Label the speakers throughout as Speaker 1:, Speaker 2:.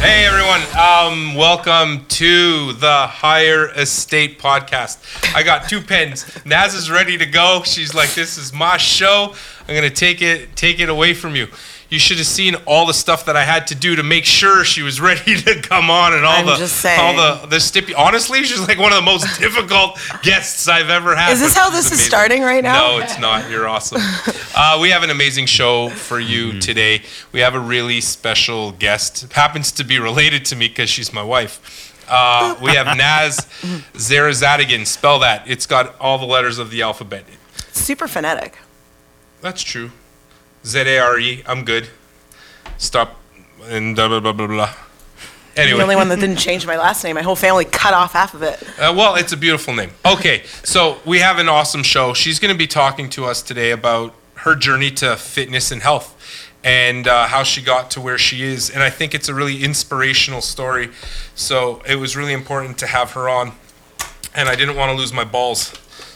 Speaker 1: Hey everyone, um, welcome to the Higher Estate Podcast. I got two pens. Naz is ready to go. She's like, "This is my show. I'm gonna take it, take it away from you." You should have seen all the stuff that I had to do to make sure she was ready to come on, and all
Speaker 2: I'm
Speaker 1: the
Speaker 2: just saying.
Speaker 1: all the the stippy. Honestly, she's like one of the most difficult guests I've ever had.
Speaker 2: Is this
Speaker 1: but
Speaker 2: how
Speaker 1: it's
Speaker 2: this is
Speaker 1: amazing.
Speaker 2: starting right now?
Speaker 1: No, it's not. You're awesome. Uh, we have an amazing show for you today. We have a really special guest. Happens to be related to me because she's my wife. Uh, we have Naz Zarazadigan. Spell that. It's got all the letters of the alphabet.
Speaker 2: Super phonetic.
Speaker 1: That's true. Z A R E. I'm good. Stop. And blah, blah, blah, blah, blah. Anyway.
Speaker 2: The only one that didn't change my last name. My whole family cut off half of it.
Speaker 1: Uh, well, it's a beautiful name. Okay, so we have an awesome show. She's going to be talking to us today about her journey to fitness and health and uh, how she got to where she is. And I think it's a really inspirational story. So it was really important to have her on. And I didn't want to lose my balls.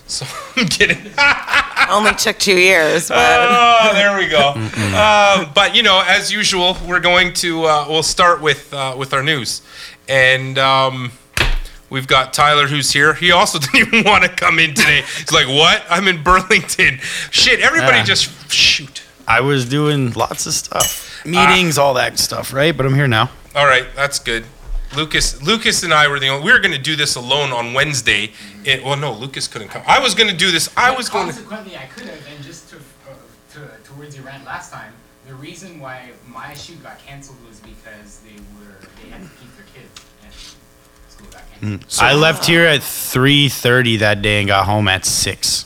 Speaker 1: So I'm kidding.
Speaker 2: Only took two years,
Speaker 3: Uh,
Speaker 2: but
Speaker 1: Oh, there we go. Um, but you know, as usual, we're going to uh, we'll start with uh, with our news, and um, we've got Tyler who's here. He also didn't even want to come in today. He's like, "What? I'm in Burlington. Shit! Everybody
Speaker 3: Yeah.
Speaker 1: just shoot."
Speaker 3: I was doing lots of
Speaker 2: Ah.
Speaker 3: stuff, meetings, all that stuff, right? But I'm here now.
Speaker 1: All right, that's good. Lucas, Lucas and I were the only. We were going to do this alone on Wednesday. It, well, no, Lucas couldn't come. I was going to do this. I
Speaker 4: But
Speaker 1: was going. to...
Speaker 4: consequently, I could have, and just to, uh, to towards your rant last time, the reason why my shoot got canceled was because they were they had to keep their kids and school got canceled.
Speaker 3: I left here at 3:30 that day and got home at six.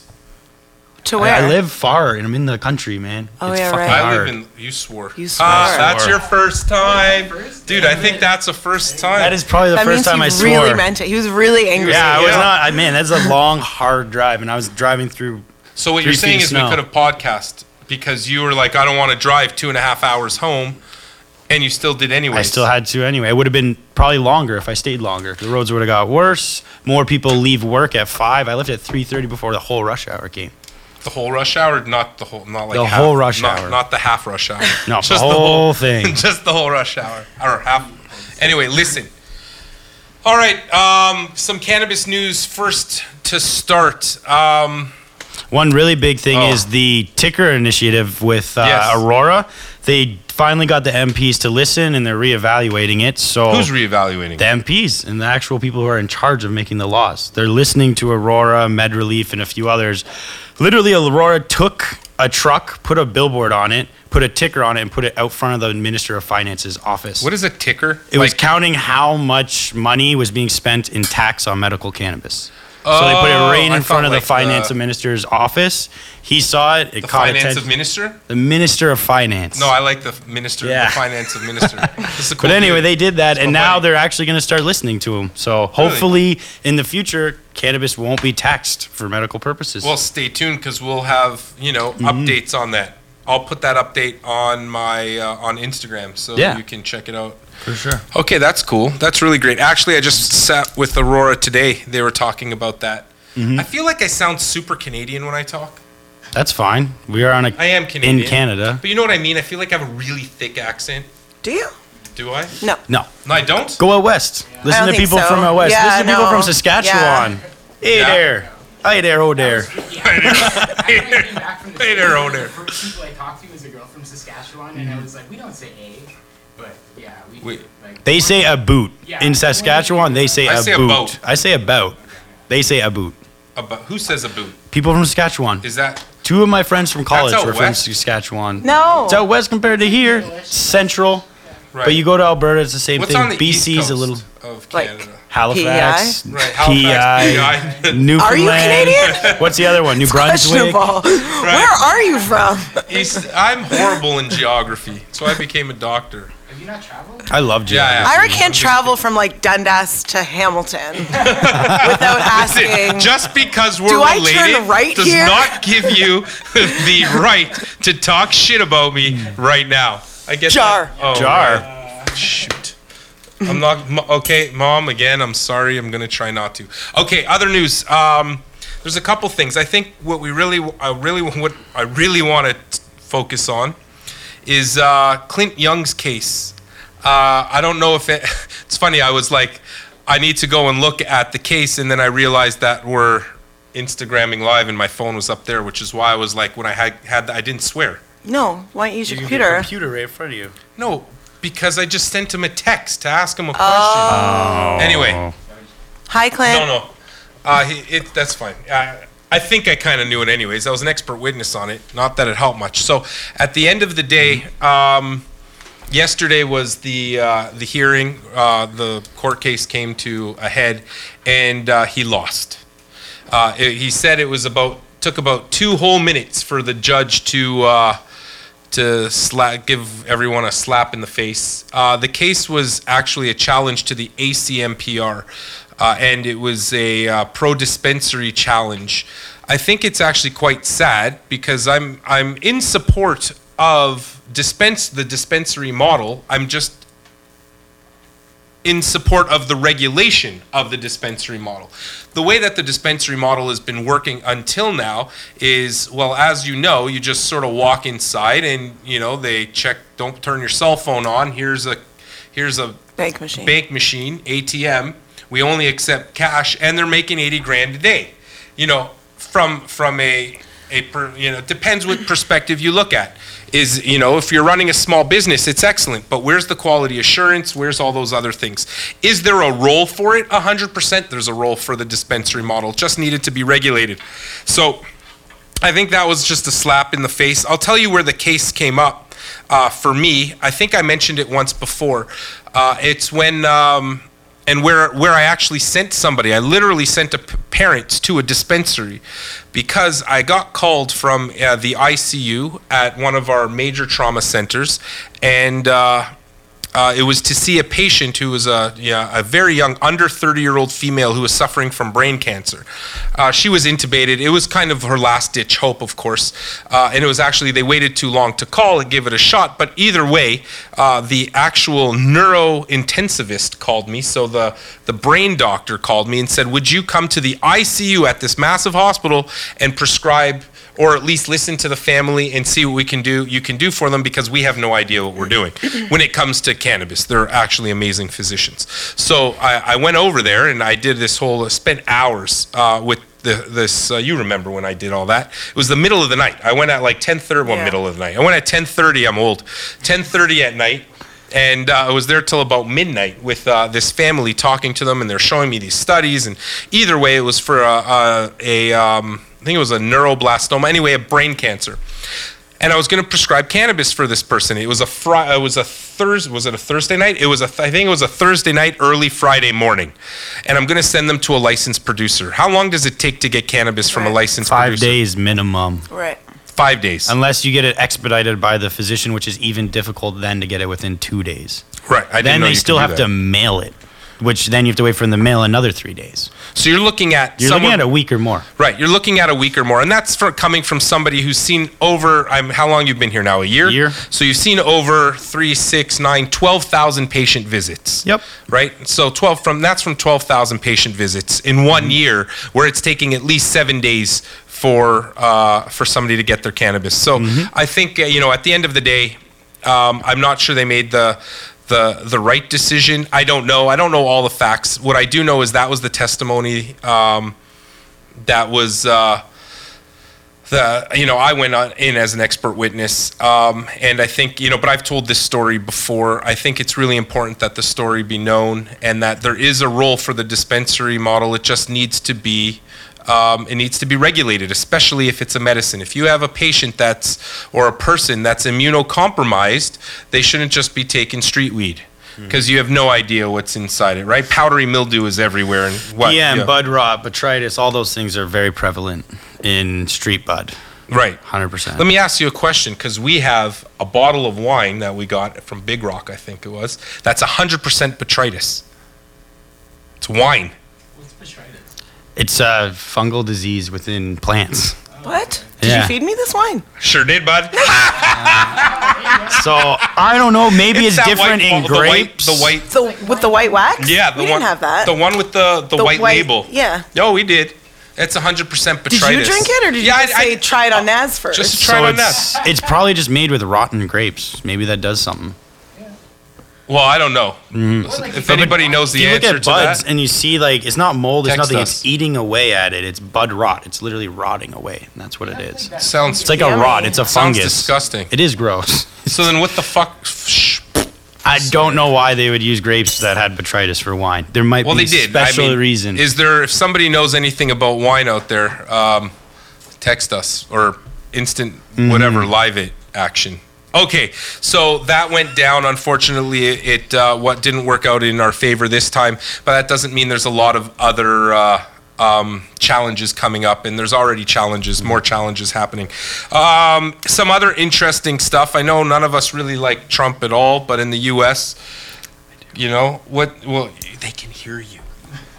Speaker 2: to where?
Speaker 3: I, I live far and I'm in the country, man.
Speaker 2: Oh,
Speaker 3: it's
Speaker 2: yeah,
Speaker 3: fucking
Speaker 2: right.
Speaker 1: I live
Speaker 3: hard.
Speaker 1: in. You swore.
Speaker 2: You
Speaker 1: Ah,
Speaker 2: swore.
Speaker 1: that's your first time,
Speaker 4: First
Speaker 1: dude. I think that's a first time.
Speaker 3: that is probably the
Speaker 2: that
Speaker 3: first
Speaker 2: means
Speaker 3: time
Speaker 2: he
Speaker 3: I swore.
Speaker 2: really meant it. He was really angry.
Speaker 3: yeah, I was
Speaker 1: Yeah.
Speaker 3: not. I man, that's a long, hard drive, and I was driving through.
Speaker 1: So what you're
Speaker 3: Three feet
Speaker 1: saying
Speaker 3: of
Speaker 1: is we
Speaker 3: snow.
Speaker 1: could have podcast because you were like, I don't want to drive two and a half hours home, and you still did anyway.
Speaker 3: I still had to anyway. It would have been probably longer if I stayed longer. The roads would have got worse. More people leave work at five. I left at 3:30 before the whole rush hour came.
Speaker 1: the whole rush hour, not the whole, not like
Speaker 3: The
Speaker 1: half-
Speaker 3: whole rush
Speaker 1: not-
Speaker 3: hour.
Speaker 1: not the half rush hour.
Speaker 3: No,
Speaker 1: Just
Speaker 3: the
Speaker 1: the
Speaker 3: whole,
Speaker 1: whole-
Speaker 3: thing.
Speaker 1: just the whole rush hour or half. Anyway, listen. All right, um, some cannabis news first to start. Um,
Speaker 3: One really big thing
Speaker 1: Oh.
Speaker 3: is the ticker initiative with uh,
Speaker 1: Yes.
Speaker 3: Aurora. They finally got the MPs to listen, and they're reevaluating it. So
Speaker 1: who's reevaluating?
Speaker 3: the MPs and the actual people who are in charge of making the laws. They're listening to Aurora, Med Relief, and a few others. Literally, Aurora took a truck, put a billboard on it, put a ticker on it, and put it out front of the Minister of Finance's office.
Speaker 1: what is a ticker?
Speaker 3: it was
Speaker 1: Like-
Speaker 3: counting how much money was being spent in tax on medical cannabis. so they put it
Speaker 1: Oh,
Speaker 3: right in
Speaker 1: I
Speaker 3: front
Speaker 1: thought
Speaker 3: of
Speaker 1: like
Speaker 3: the finance
Speaker 1: the-
Speaker 3: minister's office. He saw it.
Speaker 1: the
Speaker 3: It caught
Speaker 1: finance
Speaker 3: attention.
Speaker 1: of minister.
Speaker 3: the minister of finance.
Speaker 1: No, I like the minister,
Speaker 3: Yeah.
Speaker 1: the finance of minister. This is a cool
Speaker 3: but anyway,
Speaker 1: dude.
Speaker 3: they did that,
Speaker 1: So
Speaker 3: and now
Speaker 1: funny.
Speaker 3: they're actually going to start listening to him. So hopefully, in the future, cannabis won't be taxed for medical purposes.
Speaker 1: Well, stay tuned because we'll have you know
Speaker 3: Mm-hmm.
Speaker 1: updates on that. I'll put that update on my uh, on Instagram so
Speaker 3: Yeah.
Speaker 1: you can check it out.
Speaker 3: for sure.
Speaker 1: Okay, that's cool. That's really great. Actually, I just sat with Aurora today. They were talking about that.
Speaker 3: Mm-hmm.
Speaker 1: I feel like I sound super Canadian when I talk.
Speaker 3: That's fine. We are on a
Speaker 1: I am Canadian.
Speaker 3: in Canada.
Speaker 1: But you know what I mean? I feel like I have a really thick accent.
Speaker 2: Do you?
Speaker 1: Do I?
Speaker 2: No.
Speaker 3: No,
Speaker 1: No, I don't.
Speaker 3: go out
Speaker 2: I
Speaker 3: west. Listen
Speaker 2: don't
Speaker 3: to
Speaker 2: think
Speaker 3: people
Speaker 2: so.
Speaker 3: from out west.
Speaker 2: Yeah,
Speaker 3: Listen to people
Speaker 2: no.
Speaker 3: from Saskatchewan. Hey
Speaker 1: Yeah.
Speaker 3: there. Hey there. Oh there.
Speaker 4: After I came back from
Speaker 1: Hmm.
Speaker 4: the
Speaker 1: Hey
Speaker 4: shoot,
Speaker 1: there, oh
Speaker 4: the
Speaker 1: there.
Speaker 4: first people I talked to was a girl from Saskatchewan, and I was like, we don't say a, but yeah, we
Speaker 1: We-
Speaker 4: do. Like,
Speaker 3: They say a boot.
Speaker 4: Yeah.
Speaker 3: In Saskatchewan, they say,
Speaker 1: I
Speaker 3: a,
Speaker 1: say a
Speaker 3: boot.
Speaker 1: boat.
Speaker 3: I say a boat. They say a boot.
Speaker 1: A bu- who says a boot?
Speaker 3: People from Saskatchewan.
Speaker 1: Is that
Speaker 3: Two of my friends from college
Speaker 1: out
Speaker 3: were from
Speaker 1: west?
Speaker 3: Saskatchewan.
Speaker 2: No.
Speaker 3: It's out west compared to here, central.
Speaker 1: right?
Speaker 3: But you go to Alberta, it's the same
Speaker 1: What's
Speaker 3: thing.
Speaker 1: on the
Speaker 3: BC's
Speaker 1: East Coast
Speaker 3: a little
Speaker 1: of
Speaker 2: Like-
Speaker 1: Canada?
Speaker 3: Halifax,
Speaker 2: PEI?
Speaker 1: right, Halifax,
Speaker 3: PI,
Speaker 1: PEI.
Speaker 3: Newfoundland.
Speaker 2: Are you Canadian?
Speaker 3: What's the other one? New Brunswick.
Speaker 2: Questionable. Where are you from?
Speaker 1: East, I'm horrible in geography, so I became a doctor.
Speaker 4: have you not traveled?
Speaker 3: I love
Speaker 1: Yeah,
Speaker 3: geography.
Speaker 2: Ira can't travel from like Dundas to Hamilton without asking.
Speaker 1: Just because we're
Speaker 2: Do I turn
Speaker 1: related
Speaker 2: right
Speaker 1: does
Speaker 2: here?
Speaker 1: not give you the right to talk shit about me right now. I get
Speaker 2: Jar.
Speaker 1: That. Oh,
Speaker 3: Jar.
Speaker 1: right. Shoot. I'm not m- okay, mom. Again, I'm sorry. I'm gonna try not to. Okay, other news. Um, there's a couple things. I think what we really, I really, what I really want to focus on is uh, Clint Young's case. Uh, I don't know if it. It's funny. I was like, I need to go and look at the case, and then I realized that we're Instagramming live, and my phone was up there, which is why I was like, when I had had, I didn't swear.
Speaker 2: No, why don't you use your
Speaker 3: You get
Speaker 2: computer?
Speaker 3: computer right in front of you.
Speaker 1: No, because I just sent him a text to ask him a question. Anyway,
Speaker 2: Hi, Clint.
Speaker 1: no, no, uh, he, it, that's fine. I, I think I kind of knew it anyways. I was an expert witness on it. Not that it helped much. So at the end of the day, um, yesterday was the uh, the hearing. Uh, the court case came to a head, and uh, he lost. Uh, it- he said it was about took about two whole minutes for the judge to uh, to slap, give everyone a slap in the face. Uh, the case was actually a challenge to the ACMPR, uh, and it was a uh, pro dispensary challenge. I think it's actually quite sad because I'm I'm in support of dispense the dispensary model. I'm just in support of the regulation of the dispensary model. The way that the dispensary model has been working until now is well, as you know, you just sort of walk inside and you know they check. Don't turn your cell phone on. Here's a here's a
Speaker 2: Bank machine.
Speaker 1: bank machine ATM. We only accept cash, and they're making eighty grand a day. You know, from from a a per, you know depends what perspective you look at. Is you know if you're running a small business, it's excellent, but where's the quality assurance? Where's all those other things? Is there a role for it? hundred percent, there's a role for the dispensary model. Just needed to be regulated. So. I think that was just a slap in the face. I'll tell you where the case came up uh, for me. I think I mentioned it once before. Uh, it's when um, and where where I actually sent somebody. I literally sent a p- parent to a dispensary because I got called from uh, the ICU at one of our major trauma centers, and. Uh, uh, it was to see a patient who was a, yeah, a very young, under 30 year old female who was suffering from brain cancer. Uh, she was intubated. It was kind of her last ditch hope, of course. Uh, and it was actually, they waited too long to call and give it a shot. But either way, uh, the actual neurointensivist called me. So the, the brain doctor called me and said, Would you come to the ICU at this massive hospital and prescribe? or at least listen to the family and see what we can do you can do for them because we have no idea what we're doing when it comes to cannabis they're actually amazing physicians so i, I went over there and i did this whole uh, spent hours uh, with the, this uh, you remember when i did all that it was the middle of the night i went at like 10.30 well
Speaker 2: Yeah.
Speaker 1: middle of the night i went at 10.30 i'm old 10.30 at night and uh, I was there till about midnight with uh, this family talking to them, and they're showing me these studies. And either way, it was for a, a, a um, I think it was a neuroblastoma, anyway, a brain cancer. And I was going to prescribe cannabis for this person. It was a Friday. It was a Thursday. Was it a Thursday night? It was a. Th- I think it was a Thursday night, early Friday morning. And I'm going to send them to a licensed producer. How long does it take to get cannabis from a
Speaker 2: Right.
Speaker 1: licensed
Speaker 3: Five
Speaker 1: producer?
Speaker 3: days Um, minimum,
Speaker 2: Right.
Speaker 1: Five days.
Speaker 3: unless you get it expedited by the physician, which is even difficult then to get it within two days.
Speaker 1: right. I didn't
Speaker 3: then
Speaker 1: know
Speaker 3: they
Speaker 1: you could
Speaker 3: still
Speaker 1: do
Speaker 3: have
Speaker 1: that.
Speaker 3: to mail it, which then you have to wait for them to mail another three days.
Speaker 1: So you're looking at
Speaker 3: You're
Speaker 1: someone
Speaker 3: looking at a week or more.
Speaker 1: Right, you're looking at a week or more, and that's for coming from somebody who's seen over. I'm how long you've been here now? A year.
Speaker 3: Year.
Speaker 1: So you've seen over three, six, nine, twelve thousand patient visits.
Speaker 3: Yep.
Speaker 1: Right. So twelve from that's from twelve thousand patient visits in one year, where it's taking at least seven days for uh, for somebody to get their cannabis. So I think uh, you know at the end of the day, um, I'm not sure they made the. The, the right decision. I don't know. I don't know all the facts. What I do know is that was the testimony um, that was uh, the you know I went on in as an expert witness, um, and I think you know, but I've told this story before. I think it's really important that the story be known and that there is a role for the dispensary model. It just needs to be. Um, it needs to be regulated, especially if it's a medicine. If you have a patient that's or a person that's immunocompromised, they shouldn't just be taking street weed
Speaker 3: Hmm.
Speaker 1: because you have no idea what's inside it, right? Powdery mildew is everywhere and what?
Speaker 3: yeah, and bud rot, botrytis, all those things are very prevalent in street bud.
Speaker 1: right?
Speaker 3: 100%.
Speaker 1: Let me ask you a question because we have a bottle of wine that we got from Big Rock, I think it was. That's 100% botrytis. It's wine.
Speaker 4: What's botrytis?
Speaker 1: Hmm.
Speaker 3: it's a fungal disease within plants.
Speaker 2: What? Did
Speaker 3: Yeah.
Speaker 2: you feed me this wine?
Speaker 1: Sure did, bud.
Speaker 3: So I don't know. Maybe it's,
Speaker 1: that
Speaker 3: different
Speaker 1: white
Speaker 3: in
Speaker 1: bottle,
Speaker 3: grapes.
Speaker 1: The white, the
Speaker 2: The with the white wax?
Speaker 1: white yeah, the
Speaker 2: we
Speaker 1: one
Speaker 2: didn't have that.
Speaker 1: The one with the the,
Speaker 2: The
Speaker 1: white, label.
Speaker 2: Yeah.
Speaker 1: No, we did. It's 100% botrytis.
Speaker 2: Did you drink it or did you
Speaker 1: yeah,
Speaker 2: just
Speaker 1: I,
Speaker 2: say
Speaker 1: I,
Speaker 2: try it on NAS first?
Speaker 1: Oh, just
Speaker 3: So
Speaker 1: try it on
Speaker 3: it's,
Speaker 1: us.
Speaker 3: it's probably just made with rotten grapes. Maybe that does something.
Speaker 1: Well, I don't know. If anybody knows
Speaker 3: If
Speaker 1: the
Speaker 3: you look
Speaker 1: answer
Speaker 3: at
Speaker 1: to
Speaker 3: buds
Speaker 1: that,
Speaker 3: and you see like it's not mold, it's
Speaker 1: Text
Speaker 3: nothing.
Speaker 1: us.
Speaker 3: It's eating away at it. It's bud rot. It's literally rotting away. And that's what it is.
Speaker 4: It's
Speaker 1: sounds
Speaker 3: It's like a rot. It's a
Speaker 1: sounds
Speaker 3: fungus.
Speaker 1: disgusting.
Speaker 3: It is gross.
Speaker 1: So then, what the fuck? Shh.
Speaker 3: I don't know why they would use grapes that had botrytis for wine. There might
Speaker 1: Well,
Speaker 3: be
Speaker 1: they did.
Speaker 3: special
Speaker 1: I mean,
Speaker 3: reason.
Speaker 1: Is there? If somebody knows anything about wine out there, um, text us or instant
Speaker 3: Mm-hmm.
Speaker 1: whatever live it action. Okay, so that went down. Unfortunately, it uh, what didn't work out in our favor this time, but that doesn't mean there's a lot of other. Uh, um, challenges coming up, and there's already challenges, more challenges happening. Um, some other interesting stuff. I know none of us really like Trump at all, but in the U.S., you know what? Well, they can hear you.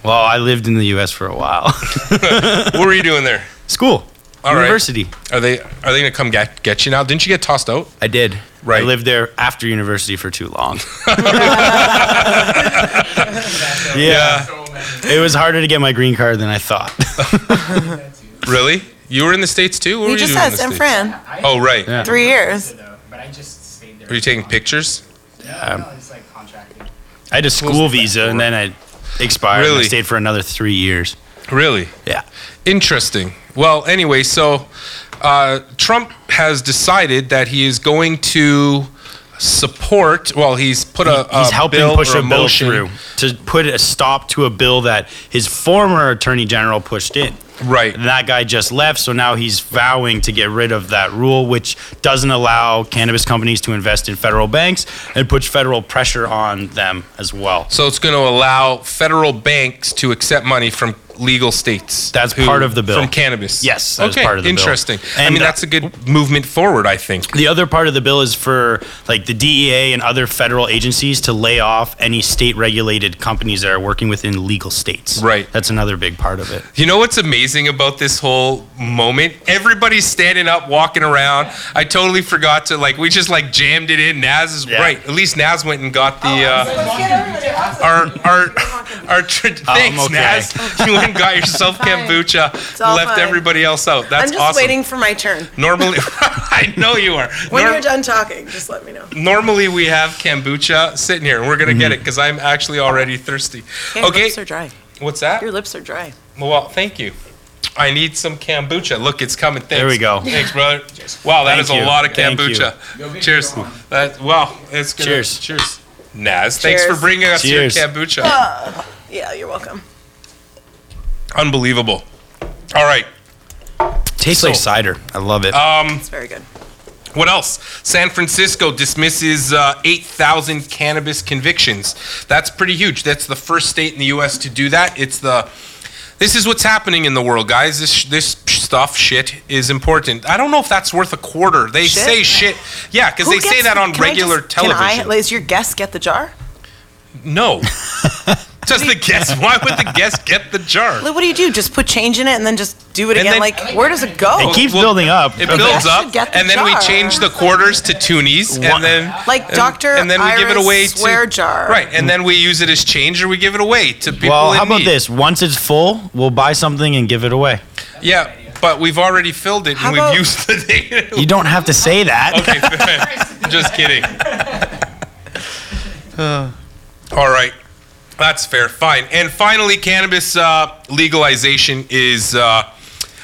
Speaker 3: well, I lived in the U.S. for a while.
Speaker 1: What were you doing there?
Speaker 3: School,
Speaker 1: All right.
Speaker 3: university.
Speaker 1: Are they are they gonna come get get you now? Didn't you get tossed out?
Speaker 3: I did.
Speaker 1: Right.
Speaker 3: I lived there after university for too long. yeah.
Speaker 4: So many.
Speaker 3: It was harder to get my green card than I thought.
Speaker 1: Really? You were in the states too? What were
Speaker 2: We
Speaker 1: you
Speaker 2: just
Speaker 1: doing in
Speaker 2: had
Speaker 1: the
Speaker 2: San
Speaker 1: States?
Speaker 2: Fran.
Speaker 4: I-
Speaker 1: Oh right.
Speaker 3: Yeah.
Speaker 2: Three years.
Speaker 4: though, But I just stayed there.
Speaker 1: Were you taking pictures?
Speaker 4: Yeah. No, it's like contracted.
Speaker 3: I had a school visa and then I expired. and I
Speaker 1: Really?
Speaker 3: stayed for another three years.
Speaker 1: Really?
Speaker 3: Yeah.
Speaker 1: Interesting. Well, anyway, so uh, Trump has decided that he is going to support. Well, he's put a
Speaker 3: He's
Speaker 1: a
Speaker 3: helping
Speaker 1: bill
Speaker 3: push
Speaker 1: or
Speaker 3: a bill
Speaker 1: motion.
Speaker 3: through to put a stop to a bill that his former attorney general pushed in.
Speaker 1: Right.
Speaker 3: And that guy just left, so now he's vowing to get rid of that rule, which doesn't allow cannabis companies to invest in federal banks and puts federal pressure on them as well.
Speaker 1: So it's going to allow federal banks to accept money from legal states.
Speaker 3: That's part of the bill.
Speaker 1: from cannabis.
Speaker 3: Yes, that is
Speaker 1: okay.
Speaker 3: part of the bill.
Speaker 1: Interesting. I
Speaker 3: And,
Speaker 1: mean,
Speaker 3: uh,
Speaker 1: that's a good movement forward. I think.
Speaker 3: The other part of the bill is for like the DEA and other federal agencies to lay off any state-regulated companies that are working within legal states.
Speaker 1: Right.
Speaker 3: That's another big part of it.
Speaker 1: You know what's amazing about this whole moment? Everybody's standing up, walking around. I totally forgot to like. We just like jammed it in. Naz is
Speaker 3: Yeah.
Speaker 1: right. At least Naz went and got the. Uh,
Speaker 2: It's
Speaker 1: our our our. Tr- thanks,
Speaker 3: okay.
Speaker 1: Naz. You went and got yourself kombucha.
Speaker 2: all
Speaker 1: Left
Speaker 2: fine.
Speaker 1: everybody else out. That's
Speaker 2: I'm just
Speaker 1: awesome.
Speaker 2: waiting for my turn.
Speaker 1: Normally, I know you are.
Speaker 2: When
Speaker 1: Norm-
Speaker 2: you're done talking, just let me know.
Speaker 1: normally we have kombucha sitting here, and we're gonna
Speaker 3: Mm-hmm.
Speaker 1: get it because I'm actually already thirsty.
Speaker 2: Your
Speaker 1: okay,
Speaker 2: lips are dry.
Speaker 1: what's that?
Speaker 2: Your lips are dry.
Speaker 1: Well, thank you. I need some kombucha. Look, it's coming. Thanks.
Speaker 3: There we go.
Speaker 1: Thanks, brother. Wow, that
Speaker 3: Thank
Speaker 1: is
Speaker 3: you.
Speaker 1: a lot of
Speaker 3: Thank you.
Speaker 1: kombucha. Cheers. That, wow, it's good.
Speaker 3: Cheers.
Speaker 1: Cheers. Naz, thanks
Speaker 2: Cheers.
Speaker 1: for bringing us
Speaker 3: Cheers.
Speaker 1: your kombucha.
Speaker 2: Yeah, you're welcome.
Speaker 1: Unbelievable. All right.
Speaker 3: Tastes like cider. I love it.
Speaker 1: Oh,
Speaker 2: It's very good.
Speaker 1: What else? San Francisco dismisses uh, 8,000 cannabis convictions. That's pretty huge. That's the first state in the U.S. to do that. It's the this is what's happening in the world, guys. This this stuff, shit, is important. I don't know if that's worth a quarter. They
Speaker 2: Shit?
Speaker 1: say shit, yeah, because
Speaker 2: Who
Speaker 1: they say
Speaker 2: gets-
Speaker 1: that on
Speaker 2: can I
Speaker 1: regular
Speaker 2: just-
Speaker 1: television.
Speaker 2: Can I, like, does your guest get the jar?
Speaker 1: no, does the guest? Why would the guest get the jar?
Speaker 2: Like, what do you do? Just put change in it and then just do it
Speaker 1: And
Speaker 2: again?
Speaker 1: then-
Speaker 2: like, where does it go?
Speaker 3: it keeps
Speaker 1: well,
Speaker 3: building up.
Speaker 1: It
Speaker 3: Okay.
Speaker 1: builds
Speaker 2: should
Speaker 1: up,
Speaker 2: get the
Speaker 1: and then we
Speaker 2: jar.
Speaker 1: change the quarters to toonies,
Speaker 3: Wha-
Speaker 1: and then
Speaker 2: like, Dr.
Speaker 1: and then we give it
Speaker 2: Iris
Speaker 1: away to
Speaker 2: swear jar.
Speaker 1: Right, and then we use it as change, or we give it away to people.
Speaker 3: Well,
Speaker 1: in
Speaker 3: how about
Speaker 1: need.
Speaker 3: this? Once it's full, we'll buy something and give it away.
Speaker 1: Yeah, but we've already filled it,
Speaker 2: How
Speaker 1: and we've
Speaker 2: about-
Speaker 1: used the data.
Speaker 3: You don't have to say that.
Speaker 1: okay, just kidding. Uh. All right, that's fair. Fine. And finally, cannabis uh, legalization is uh,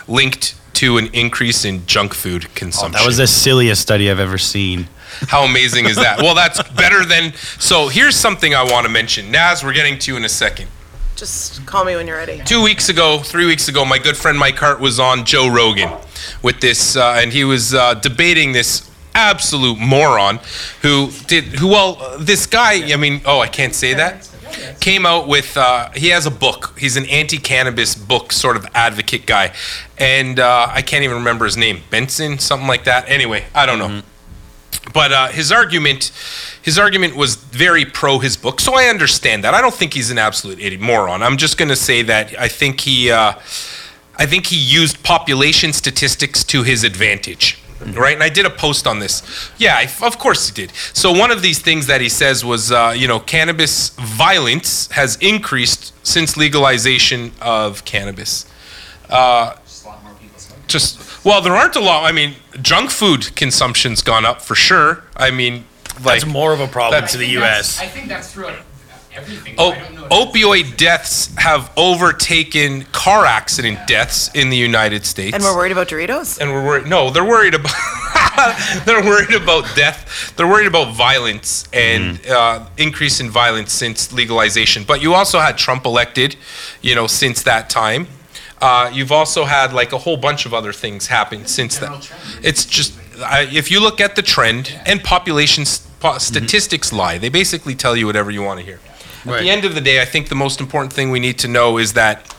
Speaker 1: linked to an increase in junk food consumption.
Speaker 3: Oh, That was the silliest study I've ever seen.
Speaker 1: How amazing is that? Well, that's better than. So here's something I want to mention. Naz, we're getting to in a second.
Speaker 2: Just call me when you're ready.
Speaker 1: Two weeks ago, three weeks ago, my good friend Mike Hart was on Joe Rogan with this, uh, and he was uh, debating this absolute moron who did who well uh, this guy i mean oh i can't say that came out with uh, he has a book he's an anti-cannabis book sort of advocate guy and uh, i can't even remember his name benson something like that anyway i don't know but uh, his argument his argument was very pro his book so i understand that i don't think he's an absolute idiot moron i'm just going to say that i think he uh, i think he used population statistics to his advantage right and i did a post on this yeah I, of course he did so one of these things that he says was uh, you know cannabis violence has increased since legalization of cannabis
Speaker 4: Just a lot more people smoking.
Speaker 1: just well there aren't a lot i mean junk food consumption's gone up for sure i mean like
Speaker 3: That's more of a problem
Speaker 4: I
Speaker 3: to the Oh,
Speaker 4: think that's-
Speaker 3: U.S.
Speaker 4: I think that's throughout everything.
Speaker 1: O-
Speaker 4: I don't know if it's-
Speaker 1: opioid deaths have overtaken car accident deaths in the United States.
Speaker 2: And we're worried about Doritos?
Speaker 1: and we're worried. No, they're worried about. they're worried about death. They're worried about violence and uh, increase in violence since legalization. But you also had Trump elected, you know, since that time. Uh, you've also had like a whole bunch of other things happen since then.
Speaker 4: general trend.
Speaker 1: It's just I, if you look at the trend and population s- po- statistics lie, they basically tell you whatever you want to hear. At
Speaker 3: Right.
Speaker 1: the end of the day, I think the most important thing we need to know is that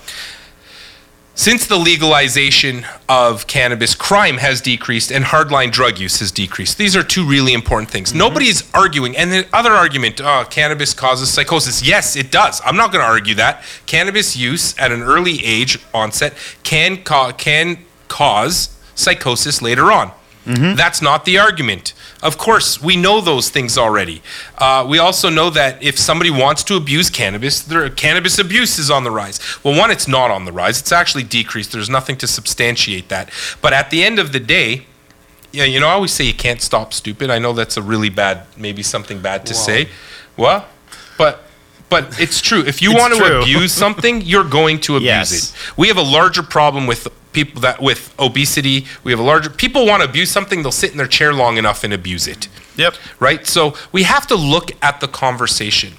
Speaker 1: since the legalization of cannabis, crime has decreased and hardline drug use has decreased. These are two really important things. Nobody's arguing. And the other argument, oh, cannabis causes psychosis. Yes, it does. I'm not going to argue that. Cannabis use at an early age onset can ca- can cause psychosis later on. Mm-hmm. That's not the argument. Of course, we know those things already. Uh, we also know that if somebody wants to abuse cannabis, their cannabis abuse is on the rise. Well, one, it's not on the rise, it's actually decreased. There's nothing to substantiate that. But at the end of the day, yeah, you know, I always say you can't stop stupid. I know that's a really bad, maybe something bad to say. Well, but. But it's true. If you
Speaker 3: It's
Speaker 1: want to
Speaker 3: true.
Speaker 1: abuse something, you're going to abuse
Speaker 3: Yes.
Speaker 1: it we have a larger problem with people that with obesity we have a larger people want to abuse something they'll sit in their chair long enough and abuse it
Speaker 3: Yep.
Speaker 1: right so we have to look at the conversation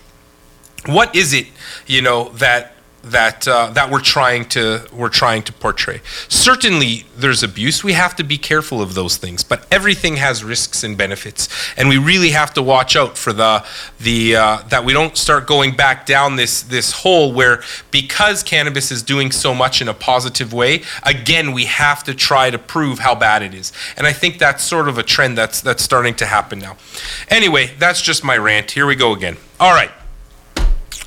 Speaker 1: what is it you know that that uh, that we're trying to we're trying to portray certainly there's abuse we have to be careful of those things but everything has risks and benefits and we really have to watch out for the the uh, that we don't start going back down this this hole where because cannabis is doing so much in a positive way again we have to try to prove how bad it is and i think that's sort of a trend that's that's starting to happen now anyway that's just my rant here we go again all right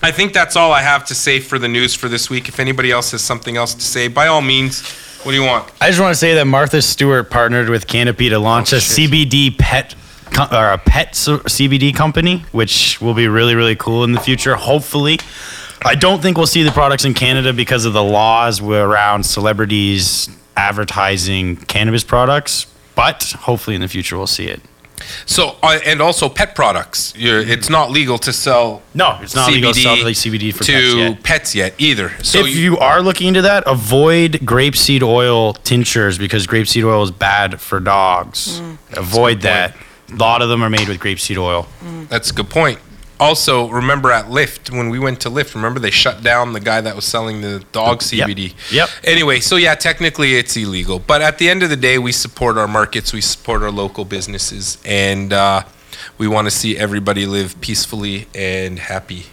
Speaker 1: I think that's all I have to say for the news for this week. If anybody else has something else to say, by all means, what do you want?
Speaker 3: I just want to say that Martha Stewart partnered with Canopy to launch a CBD pet co- or a pet c- CBD company, which will be really really cool in the future. Hopefully, I don't think we'll see the products in Canada because of the laws were around celebrities advertising cannabis products. But hopefully, in the future, we'll see it.
Speaker 1: So, uh, and also pet products. You're, it's not legal to sell.
Speaker 3: No, it's not legal to sell the CBD for
Speaker 1: to
Speaker 3: pets yet.
Speaker 1: either. So
Speaker 3: if you are looking into that, avoid grapeseed oil tinctures because grapeseed oil is bad for dogs. Avoid that. A lot of them are made with grapeseed oil.
Speaker 1: That's a good point. Also, remember at Lyft when we went to Lyft, remember they shut down the guy that was selling the dog
Speaker 3: Yep.
Speaker 1: CBD.
Speaker 3: Yep.
Speaker 1: Anyway, so yeah, technically it's illegal, but at the end of the day, we support our markets, we support our local businesses, and uh, we want to see everybody live peacefully and happy.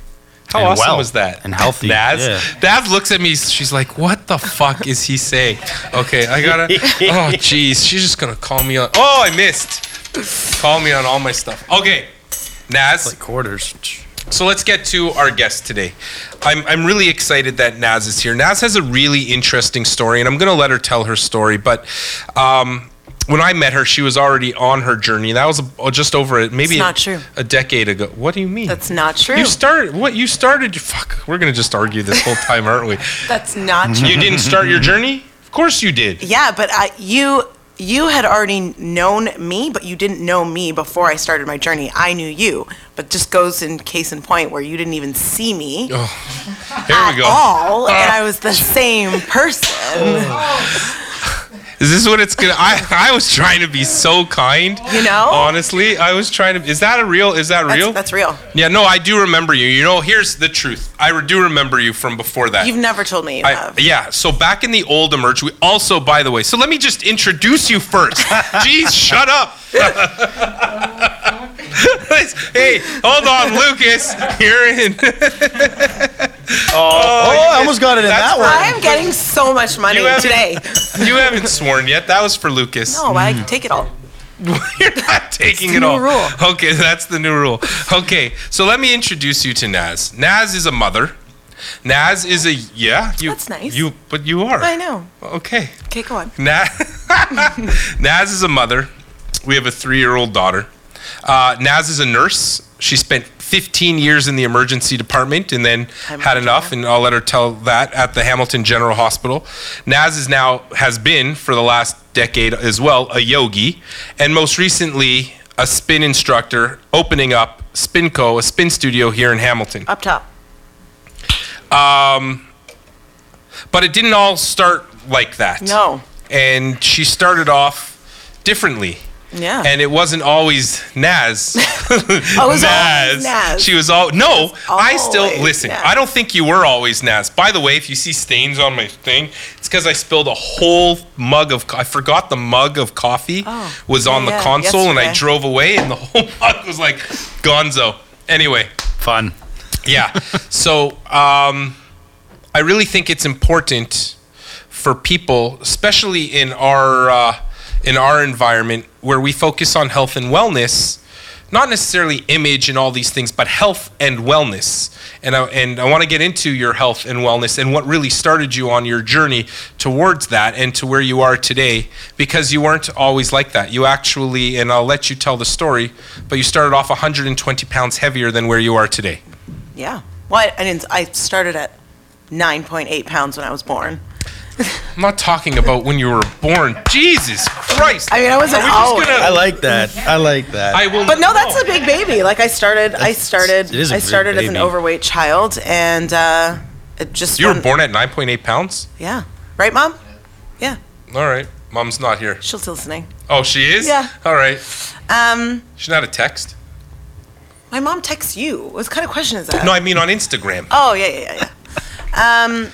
Speaker 1: How
Speaker 3: And
Speaker 1: awesome
Speaker 3: well.
Speaker 1: was that?
Speaker 3: And healthy.
Speaker 1: Naz,
Speaker 3: Yeah.
Speaker 1: Naz looks at me. She's like, "What the fuck is he saying?" Okay, I gotta. Oh, jeez, she's just gonna call me on. Oh, I missed. Call me on all my stuff. Okay, Naz.
Speaker 3: quarters.
Speaker 1: So let's get to our guest today. I'm, I'm really excited that Naz is here. Naz has a really interesting story, and I'm going to let her tell her story. But um, when I met her, she was already on her journey. That was a, just over a, maybe
Speaker 2: It's not
Speaker 1: a,
Speaker 2: true.
Speaker 1: a decade ago. What do you mean?
Speaker 2: That's not true.
Speaker 1: you started what you started. Fuck, we're going to just argue this whole time, aren't we?
Speaker 2: That's not true.
Speaker 1: You didn't start your journey. Of course you did.
Speaker 2: Yeah, but I, you you had already known me, but you didn't know me before I started my journey. I knew you, but just goes in case in point where you didn't even see
Speaker 1: Here
Speaker 2: me
Speaker 1: we
Speaker 2: at
Speaker 1: Oh, go. Ah.
Speaker 2: all, and I was the same person.
Speaker 1: Oh. Is this what it's gonna? I I was trying to be so kind.
Speaker 2: You know?
Speaker 1: Honestly, I was trying to. Is that a real? Is that
Speaker 2: That's
Speaker 1: real?
Speaker 2: that's real.
Speaker 1: Yeah, no, I do remember you. You know, here's the truth. I do remember you from before that.
Speaker 2: You've never told me you
Speaker 1: I,
Speaker 2: have.
Speaker 1: yeah, so back in the old Emerge, we also, by the way, so let me just introduce you first. Jeez, shut up. hey, hold on, Lucas. You're in.
Speaker 3: Oh, I almost got it in that one.
Speaker 2: I am getting so much money
Speaker 1: You haven't-
Speaker 2: today.
Speaker 1: You haven't sworn yet. That was for Lucas.
Speaker 2: No, I take it all.
Speaker 1: You're not taking
Speaker 2: the
Speaker 1: it
Speaker 2: new
Speaker 1: all.
Speaker 2: rule.
Speaker 1: Okay, that's the new rule. Okay, so let me introduce you to Naz. Naz is a mother. Naz is a yeah. You,
Speaker 2: That's nice.
Speaker 1: You, but you are.
Speaker 2: I know.
Speaker 1: Okay.
Speaker 2: Okay, go on.
Speaker 1: Naz, Naz is a mother. We have a three-year-old daughter. Uh, Naz is a nurse. She spent 15 years in the emergency department and then had
Speaker 2: Hamilton,
Speaker 1: enough, and I'll let her tell that at the Hamilton General Hospital. Naz is now has been for the last decade as well a yogi, and most recently a spin instructor opening up Spinco, a spin studio here in Hamilton.
Speaker 2: Up top.
Speaker 1: But it didn't all start like that.
Speaker 2: No.
Speaker 1: And she started off differently.
Speaker 2: Yeah.
Speaker 1: And it wasn't always Naz.
Speaker 2: Oh, it was always Naz.
Speaker 1: She was all no. I still
Speaker 2: always
Speaker 1: listen.
Speaker 2: Naz.
Speaker 1: I don't think you were always Naz. By the way, if you see stains on my thing, it's because I spilled a whole mug of. co- I forgot the mug of coffee
Speaker 2: Oh,
Speaker 1: was on
Speaker 2: yeah,
Speaker 1: the console, and I
Speaker 2: yesterday.
Speaker 1: drove away, and the whole mug was like Gonzo. Anyway,
Speaker 3: Fun.
Speaker 1: yeah. so um, I really think it's important for people, especially in our uh, in our environment where we focus on health and wellness, not necessarily image and all these things, but health and wellness. And I, and I want to get into your health and wellness and what really started you on your journey towards that and to where you are today, because you weren't always like that. You actually, and I'll let you tell the story, but you started off 120 pounds heavier than where you are today.
Speaker 2: Yeah. Well, I, I didn't. I started at 9.8 pounds when I was born.
Speaker 1: I'm not talking about when you were born. Jesus Christ!
Speaker 2: I mean, I wasn't
Speaker 1: Are we just
Speaker 2: always-
Speaker 1: gonna-
Speaker 3: I like that. I like that.
Speaker 1: I will.
Speaker 2: But no, that's a big baby. Like I started, I
Speaker 3: That's-
Speaker 2: started,
Speaker 3: it is
Speaker 2: I
Speaker 3: a big
Speaker 2: started as an
Speaker 3: baby.
Speaker 2: overweight child, and uh, it just
Speaker 1: You were
Speaker 2: went-
Speaker 1: born at 9.8 pounds.
Speaker 2: Yeah. Right, mom? Yeah.
Speaker 1: All right, mom's not here.
Speaker 2: She'll still listening.
Speaker 1: Oh, she is.
Speaker 2: Yeah.
Speaker 1: All right.
Speaker 2: Um,
Speaker 1: She's not a text.
Speaker 2: my mom texts you. What kind of question is that?
Speaker 1: No, I mean on Instagram.
Speaker 2: Oh yeah, yeah, yeah, yeah. um,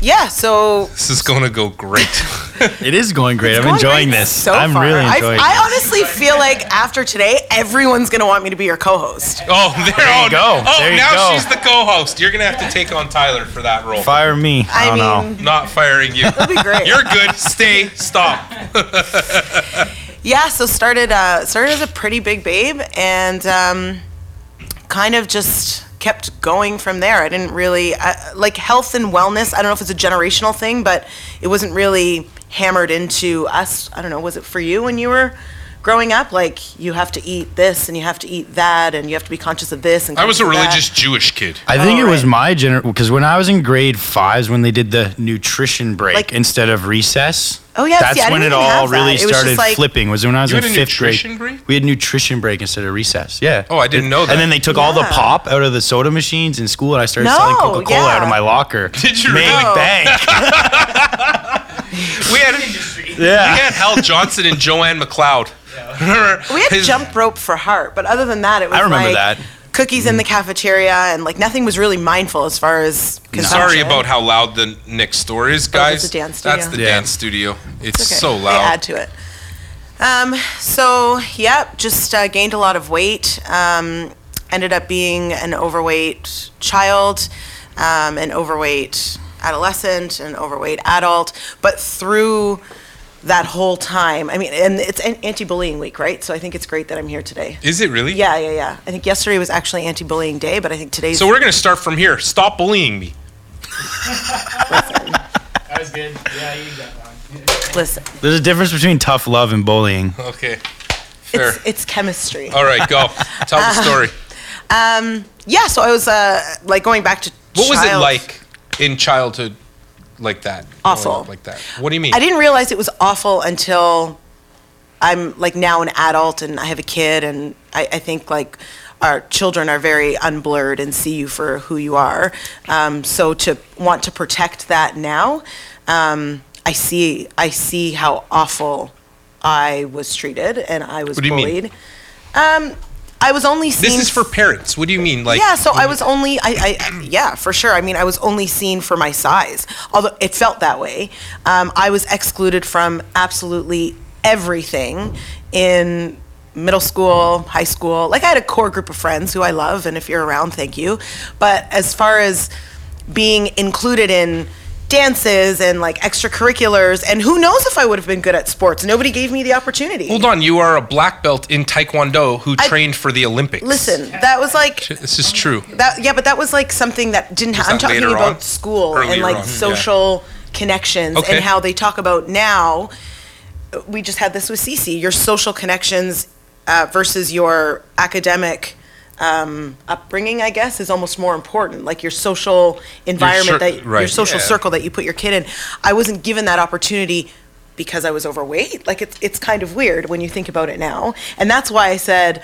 Speaker 2: yeah. So
Speaker 1: This is gonna go great. Oh,
Speaker 3: It is going great.
Speaker 2: it's
Speaker 3: I'm
Speaker 2: going
Speaker 3: enjoying
Speaker 2: great
Speaker 3: this.
Speaker 2: So
Speaker 3: I'm
Speaker 2: far.
Speaker 3: really
Speaker 2: I-
Speaker 3: enjoying
Speaker 2: I,
Speaker 3: this.
Speaker 2: honestly feel like after today, everyone's gonna want me to be your co-host.
Speaker 1: Oh, there, oh,
Speaker 3: you go.
Speaker 1: Oh,
Speaker 3: There you
Speaker 1: now
Speaker 3: go.
Speaker 1: she's the co-host. You're gonna have to take on Tyler for that role.
Speaker 3: Fire me.
Speaker 2: I
Speaker 3: I, don't know.
Speaker 2: mean,
Speaker 1: Not firing you.
Speaker 2: that'd be great.
Speaker 1: You're good. Stay. Stop.
Speaker 2: yeah so started uh, started as a pretty big babe and um, kind of just kept going from there i didn't really I, like health and wellness i don't know if it's a generational thing but it wasn't really hammered into us i don't know was it for you when you were growing up like you have to eat this and you have to eat that and you have to be conscious of this and
Speaker 1: I was a
Speaker 2: conscious of that.
Speaker 1: religious Jewish kid.
Speaker 3: I think
Speaker 2: Oh,
Speaker 3: it was
Speaker 2: right.
Speaker 3: my general because when I was in grade fives, when they did the nutrition break
Speaker 2: Like-
Speaker 3: instead of recess.
Speaker 2: Oh, yeah, see,
Speaker 3: that's
Speaker 2: I didn't
Speaker 3: when it
Speaker 2: even
Speaker 3: all
Speaker 2: have that. It
Speaker 3: really
Speaker 2: was just
Speaker 3: started
Speaker 2: like-
Speaker 3: flipping. Was when I was
Speaker 1: You
Speaker 3: in
Speaker 1: had a
Speaker 3: fifth
Speaker 1: nutrition
Speaker 3: grade.
Speaker 1: break?
Speaker 3: We had nutrition break instead of recess. Yeah.
Speaker 1: Oh, I didn't
Speaker 3: It-
Speaker 1: know that.
Speaker 3: And then they took all the
Speaker 2: Yeah.
Speaker 3: pop out of the soda machines in school, and I started selling
Speaker 2: No,
Speaker 3: Coca Cola out of
Speaker 2: yeah.
Speaker 3: my locker.
Speaker 1: Did you
Speaker 3: Make
Speaker 1: really?
Speaker 3: bank?
Speaker 1: We had
Speaker 4: Industry.
Speaker 1: we
Speaker 3: yeah.
Speaker 1: had Hal Johnson and Joanne McLeod.
Speaker 2: we had
Speaker 1: His-
Speaker 2: jump rope for heart but other than that it was
Speaker 3: I remember
Speaker 2: like
Speaker 3: that.
Speaker 2: cookies in the
Speaker 1: Mm.
Speaker 2: cafeteria and like nothing was really mindful as far as
Speaker 1: Sorry
Speaker 2: consumption.
Speaker 1: about how loud the next door is,
Speaker 2: Oh,
Speaker 1: guys.
Speaker 2: that's a dance
Speaker 1: That's
Speaker 2: studio.
Speaker 1: the
Speaker 3: Yeah.
Speaker 1: dance studio. It's
Speaker 2: Okay.
Speaker 1: so
Speaker 2: They add
Speaker 1: loud.
Speaker 2: to it. Um, so, yep, just uh, gained a lot of weight. Um, ended up being an overweight child, um, an overweight adolescent, an overweight adult. But through that whole time, I mean, and it's an anti bullying week, right? So I think it's great that I'm here today.
Speaker 1: Is it really?
Speaker 2: Yeah, yeah, yeah. I think yesterday was actually anti bullying day, but I think today's.
Speaker 1: So we're gonna start from here. Stop bullying me.
Speaker 4: That was good. Yeah, you got that one.
Speaker 2: listen,
Speaker 3: There's a difference between tough love and bullying.
Speaker 1: Okay. Fair. Uh,
Speaker 2: it's, it's chemistry.
Speaker 1: All right, go. Tell the story.
Speaker 2: Yeah, so I was uh, like going back to.
Speaker 1: What was it
Speaker 2: child-
Speaker 1: like in childhood, like that? growing
Speaker 2: Awful.
Speaker 1: up Like that. What do you mean?
Speaker 2: I didn't realize it was awful until I'm like now an adult and I have a kid, and I, I think like our children are very unblurred and see you for who you are. Um, so to want to protect that now, um, I see I see how awful I was treated and I was
Speaker 1: What do you mean?
Speaker 2: bullied. Um, I was only seen.
Speaker 1: This is for parents. What do you mean? Like
Speaker 2: yeah, so I was only, I, I, yeah, for sure. I mean, I was only seen for my size, although it felt that way. Um, I was excluded from absolutely everything in middle school, high school. Like, I had a core group of friends who I love, and if you're around, thank you. But as far as being included in dances and like extracurriculars, and who knows if I would have been good at sports, nobody gave me the opportunity.
Speaker 1: Hold on, you are a black belt in Taekwondo who
Speaker 2: I-
Speaker 1: trained for the Olympics.
Speaker 2: Listen, that was like
Speaker 1: This is true.
Speaker 2: That yeah, but that was like something that didn't. Ha-
Speaker 1: that
Speaker 2: I'm talking
Speaker 1: later
Speaker 2: about
Speaker 1: on?
Speaker 2: school
Speaker 1: Earlier
Speaker 2: and like
Speaker 1: on, yeah.
Speaker 2: social connections
Speaker 1: Okay.
Speaker 2: and how they talk about now. We just had this with Cece. Your social connections uh, versus your academic um, upbringing, I guess, is almost more important. Like your social environment
Speaker 1: cir-
Speaker 2: that
Speaker 1: right.
Speaker 2: your social
Speaker 1: Yeah.
Speaker 2: circle that you put your kid in. I wasn't given that opportunity because I was overweight. Like it's it's kind of weird when you think about it now. And that's why I said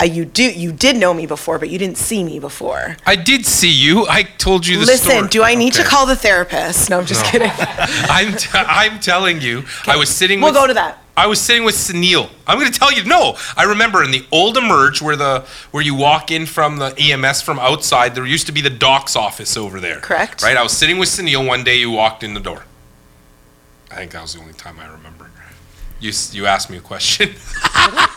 Speaker 2: uh, you do you did know me before, but you didn't see me before.
Speaker 1: I did see you. I told you the
Speaker 2: Listen,
Speaker 1: story.
Speaker 2: do I need to
Speaker 1: Okay.
Speaker 2: call the therapist? No, I'm just kidding.
Speaker 1: I'm, t- I'm telling you, I was sitting.
Speaker 2: We'll
Speaker 1: with,
Speaker 2: go to that.
Speaker 1: I was sitting with Sunil. I'm going to tell you. No, I remember in the old emerge where the where you walk in from the EMS from outside. There used to be the doc's office over there.
Speaker 2: Correct.
Speaker 1: Right. I was sitting with Sunil one day. You walked in the door. I think that was the only time I remember. You s- you asked me a question.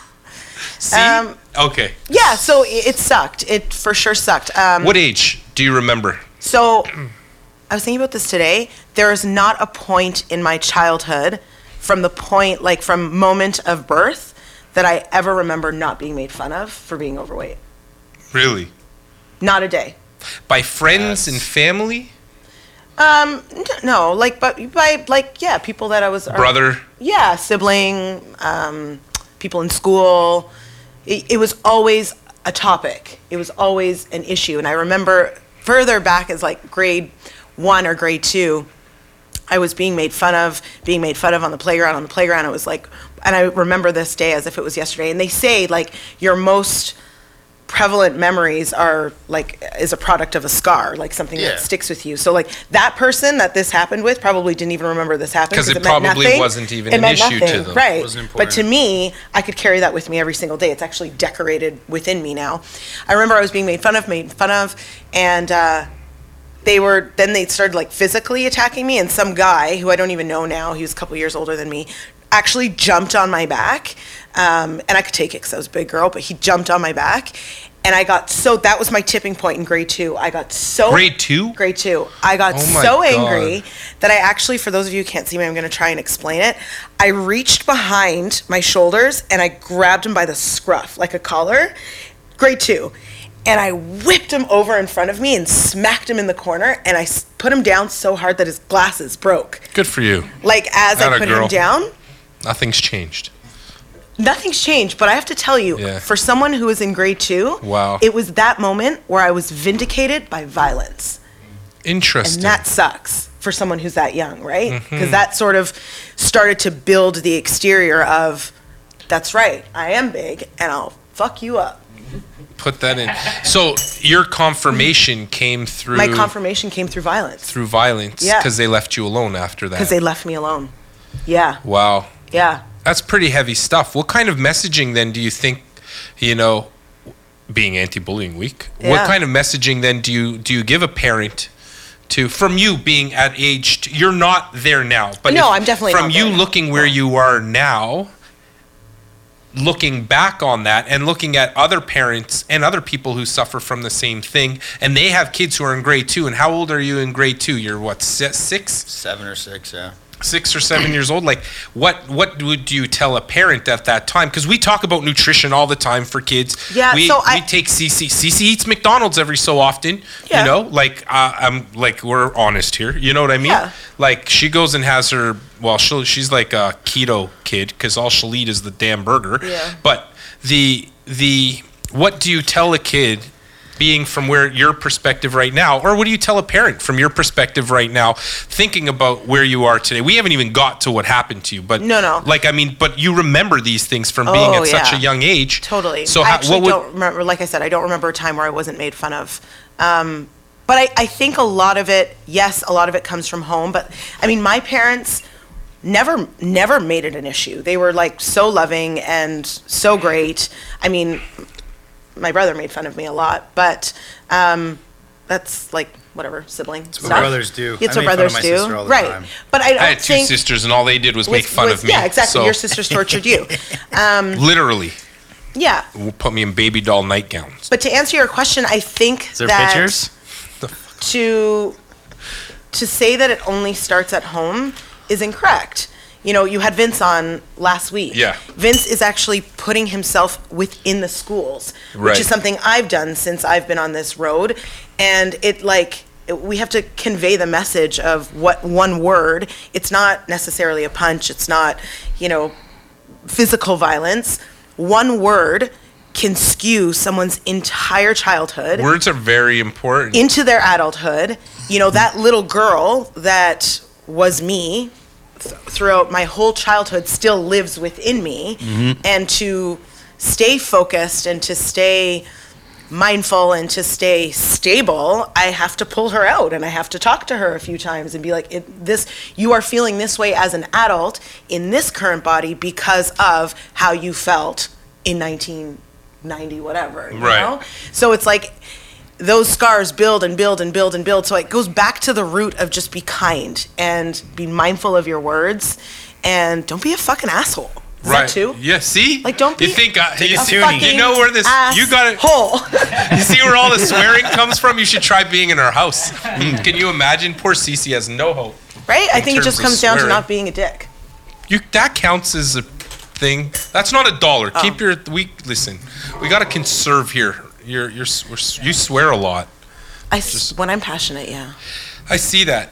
Speaker 1: See.
Speaker 2: Um,
Speaker 1: okay.
Speaker 2: Yeah, so i- it sucked. It for sure sucked. Um,
Speaker 1: What age do you remember?
Speaker 2: So I was thinking about this today. There is not a point in my childhood from the point, like from moment of birth, that I ever remember not being made fun of for being overweight.
Speaker 1: Really?
Speaker 2: Not a day.
Speaker 1: By friends and family,
Speaker 2: Um, n- no, like, but by, like, yeah, people that I was. ar-
Speaker 1: brother.
Speaker 2: Yeah, sibling, um, people in school. It, it was always a topic. It was always an issue. And I remember further back as like grade one or grade two, I was being made fun of, being made fun of on the playground. On the playground, it was like, and I remember this day as if it was yesterday. And they say like your most prevalent memories are like is a product of a scar, like something
Speaker 3: Yeah.
Speaker 2: that sticks with you. So like that person that this happened with probably didn't even remember this happened
Speaker 1: 'Cause it
Speaker 2: meant
Speaker 1: probably
Speaker 2: nothing.
Speaker 1: wasn't even
Speaker 2: It
Speaker 1: an
Speaker 2: meant
Speaker 1: issue to
Speaker 2: nothing,
Speaker 1: them.
Speaker 2: right?
Speaker 3: Wasn't
Speaker 2: but to
Speaker 3: important.
Speaker 2: me, I could carry that with me every single day. It's actually decorated within me now. I remember I was being made fun of, made fun of, and. Uh, they were then they started like physically attacking me and some guy who i don't even know now he was a couple years older than me actually jumped on my back um, and i could take it because i was a big girl but he jumped on my back and i got so that was my tipping point in grade two i got so
Speaker 1: Grade two?
Speaker 2: grade two i got
Speaker 1: Oh my
Speaker 2: so
Speaker 1: God.
Speaker 2: angry that i actually for those of you who can't see me i'm going to try and explain it i reached behind my shoulders and i grabbed him by the scruff like a collar grade two and I whipped him over in front of me and smacked him in the corner, and I s- put him down so hard that his glasses broke.
Speaker 1: Good for you.
Speaker 2: Like as
Speaker 1: Atta
Speaker 2: I put
Speaker 1: girl.
Speaker 2: him down,
Speaker 1: Nothing's changed.
Speaker 2: nothing's changed. But I have to tell you,
Speaker 1: Yeah.
Speaker 2: for someone who was in grade two,
Speaker 1: Wow.
Speaker 2: it was that moment where I was vindicated by violence,
Speaker 1: Interesting.
Speaker 2: and that sucks for someone who's that young, right? Because that sort of started to build the exterior of, that's right, I am big, and I'll fuck you up.
Speaker 1: Put that in. So your confirmation came through
Speaker 2: My confirmation came through violence
Speaker 1: through violence
Speaker 2: Yeah.
Speaker 1: because they left you alone after that.
Speaker 2: because they left me alone. Yeah,
Speaker 1: wow,
Speaker 2: yeah.
Speaker 1: that's pretty heavy stuff. What kind of messaging then do you think, you know, being anti-bullying week? What
Speaker 2: Yeah.
Speaker 1: kind of messaging then do you do you give a parent? To, from you being at age, t- you're not there now. But
Speaker 2: No,
Speaker 1: if-
Speaker 2: I'm definitely
Speaker 1: from
Speaker 2: not
Speaker 1: you
Speaker 2: there now.
Speaker 1: looking where you are now, looking back on that and looking at other parents and other people who suffer from the same thing and they have kids who are in grade two and how old are you in grade two you're what si- six
Speaker 5: Seven or six, yeah.
Speaker 1: six or seven years old like what what would you tell a parent at that time because we talk about nutrition all the time for kids
Speaker 2: Yeah,
Speaker 1: we,
Speaker 2: so I-
Speaker 1: we take cc cc eats mcdonald's every so often
Speaker 2: Yeah.
Speaker 1: you know like uh, i'm like we're honest here you know what i mean
Speaker 2: Yeah.
Speaker 1: like she goes and has her well she she's like a keto kid because all she'll eat is the damn burger
Speaker 2: Yeah.
Speaker 1: but the the what do you tell a kid being from where your perspective right now, or what do you tell a parent from your perspective right now, thinking about where you are today? We haven't even got to what happened to you, but
Speaker 2: No, no.
Speaker 1: like I mean, but you remember these things from being
Speaker 2: Oh,
Speaker 1: at such a
Speaker 2: yeah.
Speaker 1: young age,
Speaker 2: Totally.
Speaker 1: So
Speaker 2: I
Speaker 1: how-
Speaker 2: actually
Speaker 1: what would
Speaker 2: don't remember. Like I said, I don't remember a time where I wasn't made fun of. Um, but I, I think a lot of it, yes, a lot of it comes from home. But I mean, my parents never never made it an issue. They were like so loving and so great. I mean, my brother made fun of me a lot, but um, that's like whatever sibling. It's
Speaker 3: what brothers do.
Speaker 2: It's
Speaker 5: I made
Speaker 2: what
Speaker 5: fun
Speaker 2: brothers
Speaker 5: of my
Speaker 2: do,
Speaker 5: sister all the
Speaker 2: right?
Speaker 5: time.
Speaker 2: But I don't
Speaker 1: I had two
Speaker 2: think
Speaker 1: sisters, and all they did was,
Speaker 2: with-
Speaker 1: make fun
Speaker 2: with-
Speaker 1: of me.
Speaker 2: Yeah, exactly.
Speaker 1: So
Speaker 2: Your sisters tortured you.
Speaker 1: literally
Speaker 2: Yeah.
Speaker 1: put me in baby doll nightgowns.
Speaker 2: But to answer your question, I think
Speaker 3: Is there
Speaker 2: that
Speaker 3: pictures?
Speaker 2: to to say that it only starts at home is incorrect. You know, you had Vince on last week.
Speaker 1: Yeah.
Speaker 2: Vince is actually putting himself within the schools,
Speaker 1: Right.
Speaker 2: which is something I've done since I've been on this road, and it like it- we have to convey the message of what one word. It's not necessarily a punch. It's not, you know, physical violence. One word can skew someone's entire childhood
Speaker 1: Words are very important.
Speaker 2: into their adulthood. You know, that little girl that was me th- throughout my whole childhood still lives within me and to stay focused and to stay mindful and to stay stable i have to pull her out and i have to talk to her a few times and be like it, this you are feeling this way as an adult in this current body because of how you felt in 1990 whatever you
Speaker 1: Right.
Speaker 2: know? so it's like those scars build and build and build and build. So it goes back to the root of just be kind and be mindful of your words and don't be a fucking asshole. Is
Speaker 1: right.
Speaker 2: that too?
Speaker 1: Yeah. See.
Speaker 2: Like, don't
Speaker 1: You
Speaker 2: be
Speaker 1: think I, you,
Speaker 2: A
Speaker 1: see- you
Speaker 2: fucking
Speaker 1: know where this? You got it.
Speaker 2: Hole.
Speaker 1: You see where all the swearing comes from? You should try being in her house. Mm, Can you imagine? Poor Cece has no hope.
Speaker 2: right? I think it
Speaker 1: terms
Speaker 2: just
Speaker 1: of
Speaker 2: comes down to
Speaker 1: swearing.
Speaker 2: not being a dick.
Speaker 1: You that counts as a thing. That's not a dollar. Keep your we listen. We gotta conserve here. You're you're s- we're s- you swear a lot.
Speaker 2: I s- when I'm passionate, yeah.
Speaker 1: I see that.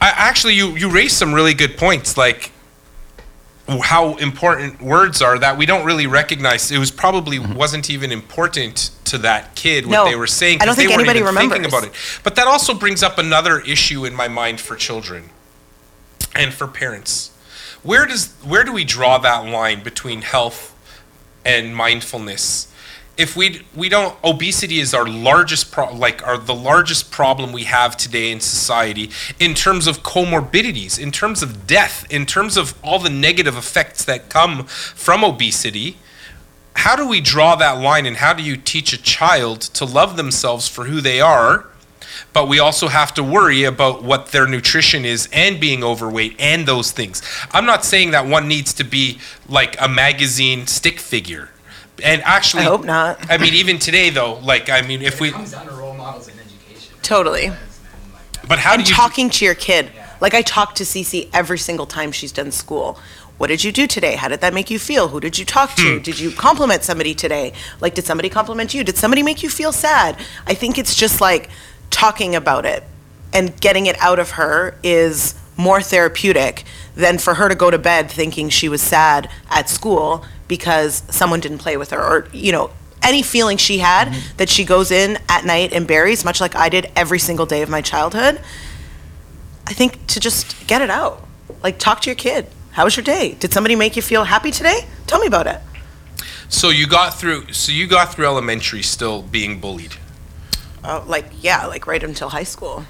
Speaker 1: I actually you you raised some really good points like how important words are that we don't really recognize. It was probably wasn't even important to that kid what
Speaker 2: Mm-hmm. No,
Speaker 1: they were saying.
Speaker 2: I don't
Speaker 1: 'cause they
Speaker 2: think
Speaker 1: weren't
Speaker 2: anybody
Speaker 1: even thinking
Speaker 2: remembers.
Speaker 1: about it. But that also brings up another issue in my mind for children and for parents. Where does where do we draw that line between health and mindfulness? If we we don't obesity is our largest pro, like our the largest problem we have today in society in terms of comorbidities, in terms of death, in terms of all the negative effects that come from obesity. How do we draw that line and how do you teach a child to love themselves for who they are? but we also have to worry about what their nutrition is and being overweight and those things. I'm not saying that one needs to be like a magazine stick figure. And actually,
Speaker 2: I hope not.
Speaker 1: I mean, even today though, like I mean, if
Speaker 4: It
Speaker 1: we,
Speaker 4: comes down to role models in education.
Speaker 2: Totally.
Speaker 4: Man, like, that's
Speaker 1: but how do
Speaker 2: and
Speaker 1: you
Speaker 2: talking to your kid. Like I talk to Cece every single time she's done school. What did you do today? How did that make you feel? Who did you talk to? Did you compliment somebody today? Like did somebody compliment you? Did somebody make you feel sad? I think it's just like talking about it and getting it out of her is more therapeutic than for her to go to bed thinking she was sad at school because someone didn't play with her or you know any feeling she had that she goes in at night and buries much like I did every single day of my childhood I think to just get it out. Like talk to your kid. How was your day? Did somebody make you feel happy today? Tell me about it.
Speaker 1: So you got through. So you got through elementary still being bullied.
Speaker 2: Oh, like yeah, like right until high school.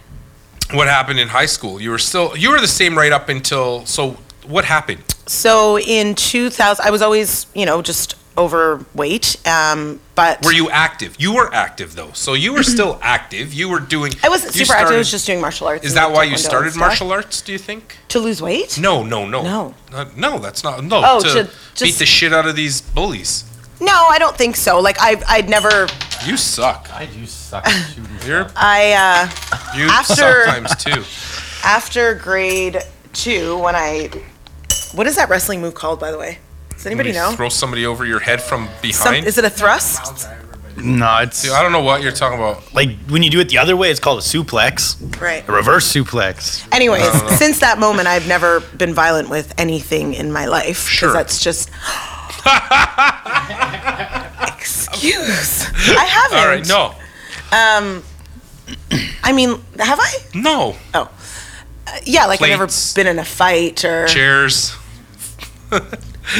Speaker 1: What happened in high school? You were still. You were the same right up until. So what happened?
Speaker 2: So in 2000, I was always, you know, just overweight. Um, but
Speaker 1: Were you active? You were active though. So you were still active. You were doing.
Speaker 2: I wasn't
Speaker 1: you
Speaker 2: super active. I was
Speaker 1: started-
Speaker 2: just doing martial arts.
Speaker 1: Is
Speaker 2: and,
Speaker 1: that
Speaker 2: like,
Speaker 1: why you
Speaker 2: taekwondo and
Speaker 1: started
Speaker 2: stuff.
Speaker 1: martial arts? Do you think?
Speaker 2: To lose weight?
Speaker 1: No, no, no.
Speaker 2: No.
Speaker 1: Uh, no, that's not. No.
Speaker 2: Oh,
Speaker 1: to
Speaker 2: to
Speaker 1: beat
Speaker 2: just-
Speaker 1: the shit out of these bullies.
Speaker 2: No, I don't think so. Like I, I'd never.
Speaker 1: You suck.
Speaker 5: I do suck at shooting.
Speaker 1: You're,
Speaker 2: I uh,
Speaker 1: you
Speaker 2: After-
Speaker 1: sometimes too.
Speaker 2: after grade two, when I, what is that wrestling move called, by the way? Does anybody
Speaker 1: You
Speaker 2: know?
Speaker 1: Throw somebody over your head from
Speaker 2: Some,
Speaker 1: behind.
Speaker 2: is it a thrust?
Speaker 4: how driver, but
Speaker 3: No, it's
Speaker 1: Dude, I don't know what you're talking about.
Speaker 3: like when you do it the other way, it's called a suplex,
Speaker 2: Right.
Speaker 3: a reverse suplex.
Speaker 2: Anyways, since that moment, I've never been violent with anything in my life. 'cause
Speaker 1: Sure.
Speaker 2: That's just. Excuse. I haven't.
Speaker 1: All right. No.
Speaker 2: I mean, have I?
Speaker 1: No.
Speaker 2: Oh. Uh, yeah, like I've never
Speaker 1: Plates.
Speaker 2: been in a fight or.
Speaker 1: Cheers.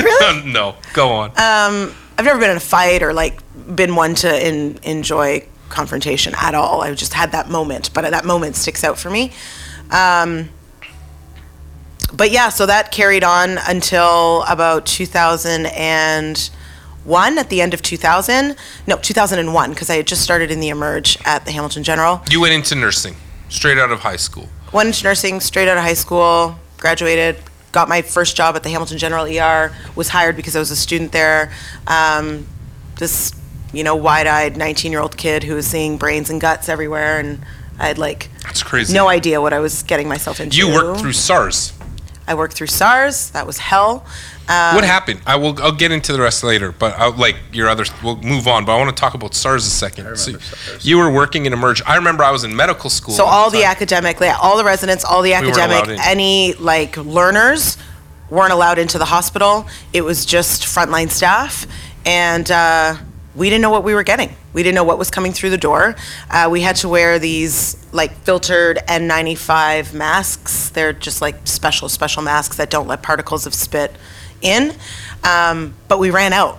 Speaker 2: Really?
Speaker 1: no. Go on.
Speaker 2: I've never been in a fight or like been one to in, enjoy confrontation at all. I just had that moment, but that moment sticks out for me. Um, but yeah, so that carried on until about 2001, at the end of 2000. No, 2001, because I had just started in the Emerge at the Hamilton General.
Speaker 1: you went into nursing straight out of high school.
Speaker 2: Went into nursing straight out of high school, graduated, got my first job at the Hamilton General ER, was hired because I was a student there. Um, this, you know, wide eyed 19 year old kid who was seeing brains and guts everywhere, and I had like
Speaker 1: That's crazy.
Speaker 2: no idea what I was getting myself into.
Speaker 1: You worked through SARS.
Speaker 2: I worked through SARS, that was hell.
Speaker 1: what happened? I will. I'll get into the rest later. But I, like your other, we'll move on. But I want to talk about SARS a second. so you were working in emerge. I remember I was in medical school.
Speaker 2: So
Speaker 1: at
Speaker 2: all the
Speaker 1: time.
Speaker 2: academic, like, all the residents, all the
Speaker 1: weren't
Speaker 2: academic,
Speaker 1: allowed in.
Speaker 2: any like learners weren't allowed into the hospital. It was just frontline staff, and uh, we didn't know what we were getting. We didn't know what was coming through the door. Uh, we had to wear these like filtered N95 masks. They're just like special, special masks that don't let particles of spit in. Um, but we ran out.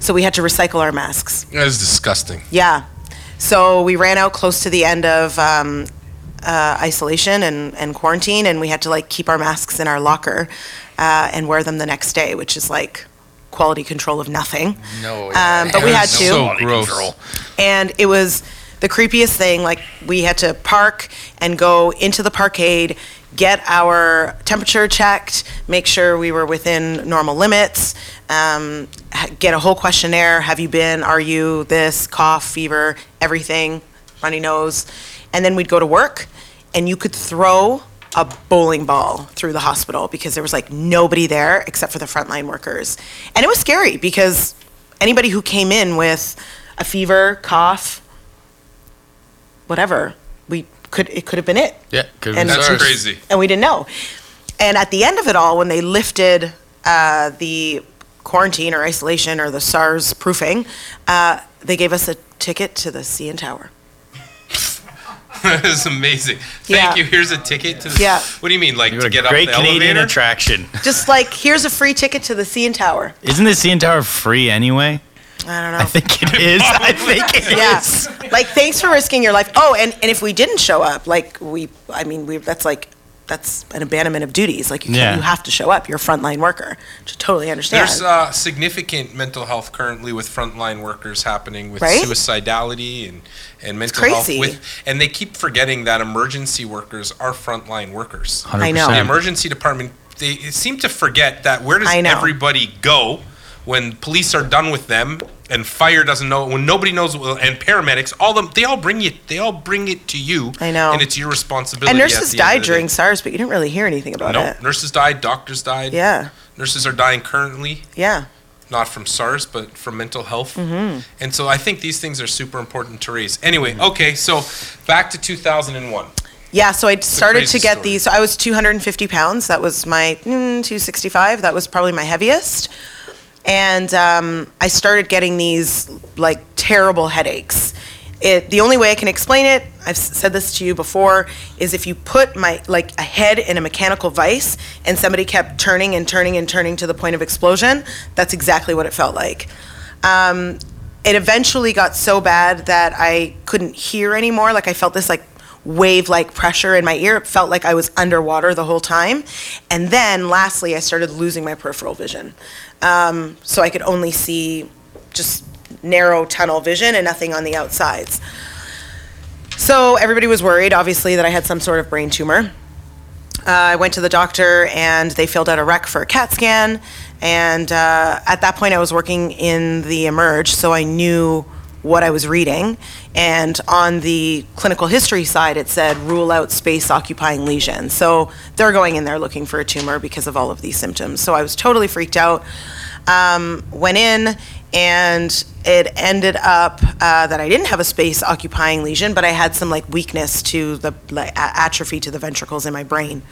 Speaker 2: So we had to recycle our masks.
Speaker 1: That is disgusting.
Speaker 2: Yeah. So we ran out close to the end of um, uh, isolation and, and quarantine, and we had to like keep our masks in our locker uh, and wear them the next day, which is like quality control of nothing.
Speaker 5: No.
Speaker 2: Um, but we had
Speaker 1: That's
Speaker 2: to.
Speaker 1: So gross.
Speaker 2: And it was the creepiest thing. Like, we had to park and go into the parkade, get our temperature checked, make sure we were within normal limits, um, ha- get a whole questionnaire have you been, are you, this, cough, fever, everything, runny nose. And then we'd go to work, and you could throw a bowling ball through the hospital because there was like nobody there except for the frontline workers. And it was scary because anybody who came in with a fever, cough, whatever, we could it could have been it.
Speaker 3: Yeah, could
Speaker 2: And-
Speaker 1: That's
Speaker 5: Sorry.
Speaker 1: crazy.
Speaker 2: And we didn't know. And at the end of it all, when they lifted uh, the quarantine or isolation or the SARS proofing, uh, they gave us a ticket to the CN Tower.
Speaker 1: that is amazing. Thank
Speaker 2: Yeah.
Speaker 1: you. Here's a ticket to the.
Speaker 2: Yeah.
Speaker 1: What do you mean, like
Speaker 3: You're
Speaker 1: to
Speaker 3: a
Speaker 1: get
Speaker 3: great
Speaker 1: up the
Speaker 3: Canadian
Speaker 1: elevator?
Speaker 3: attraction.
Speaker 2: Just like here's a free ticket to the CN Tower.
Speaker 3: Isn't the CN Tower free anyway?
Speaker 2: I don't know.
Speaker 3: I think it is. I think it is.
Speaker 2: Yes. Like, thanks for risking your life. Oh, and, and if we didn't show up, like, we, I mean, we, that's like, that's an abandonment of duties. Like, you,
Speaker 3: Yeah.
Speaker 2: can't, you have to show up. You're a frontline worker, which I totally understand.
Speaker 1: There's uh, significant mental health currently with frontline workers happening with
Speaker 2: Right?
Speaker 1: suicidality and, and mental
Speaker 2: crazy.
Speaker 1: health. With, and they keep forgetting that emergency workers are frontline workers.
Speaker 2: I know.
Speaker 1: The
Speaker 3: 100%.
Speaker 1: emergency department, they seem to forget that where does
Speaker 2: I know.
Speaker 1: everybody go when police are done with them and fire doesn't know when nobody knows and paramedics all them they all bring you they all bring it to you
Speaker 2: I know.
Speaker 1: and it's your responsibility
Speaker 2: and
Speaker 1: at
Speaker 2: nurses
Speaker 1: the end
Speaker 2: died
Speaker 1: of the day.
Speaker 2: during SARS, but you didn't really hear anything about
Speaker 1: no
Speaker 2: it.
Speaker 1: nurses died doctors died
Speaker 2: Yeah.
Speaker 1: nurses are dying currently
Speaker 2: Yeah.
Speaker 1: not from SARS, but from mental health.
Speaker 2: Mm-hmm.
Speaker 1: And so I think these things are super important to raise. Anyway, okay, so back to 2001.
Speaker 2: Yeah, so I started
Speaker 1: crazy
Speaker 2: to get
Speaker 1: story.
Speaker 2: these. So I was 250 pounds. That was my mm, 265. That was probably my heaviest. And um, I started getting these like terrible headaches. It, the only way I can explain it, I've s- said this to you before, is if you put my like a head in a mechanical vise and somebody kept turning and turning and turning to the point of explosion. That's exactly what it felt like it eventually got so bad that I couldn't hear anymore. Like I felt this like wave like pressure in my ear. It felt like I was underwater the whole time. And then lastly, I started losing my peripheral vision. Um, so I could only see just narrow tunnel vision and nothing on the outsides. So everybody was worried, obviously, that I had some sort of brain tumor. Uh, I went to the doctor and they filled out a rec for a CAT scan. And uh, at that point, I was working in the Emerge, so I knew what I was reading. And on the clinical history side, it said rule out space occupying lesion. So they're going in there looking for a tumor because of all of these symptoms. So I was totally freaked out went in and it ended up uh, that I didn't have a space occupying lesion, but I had some like weakness to the like, a- atrophy to the ventricles in my brain.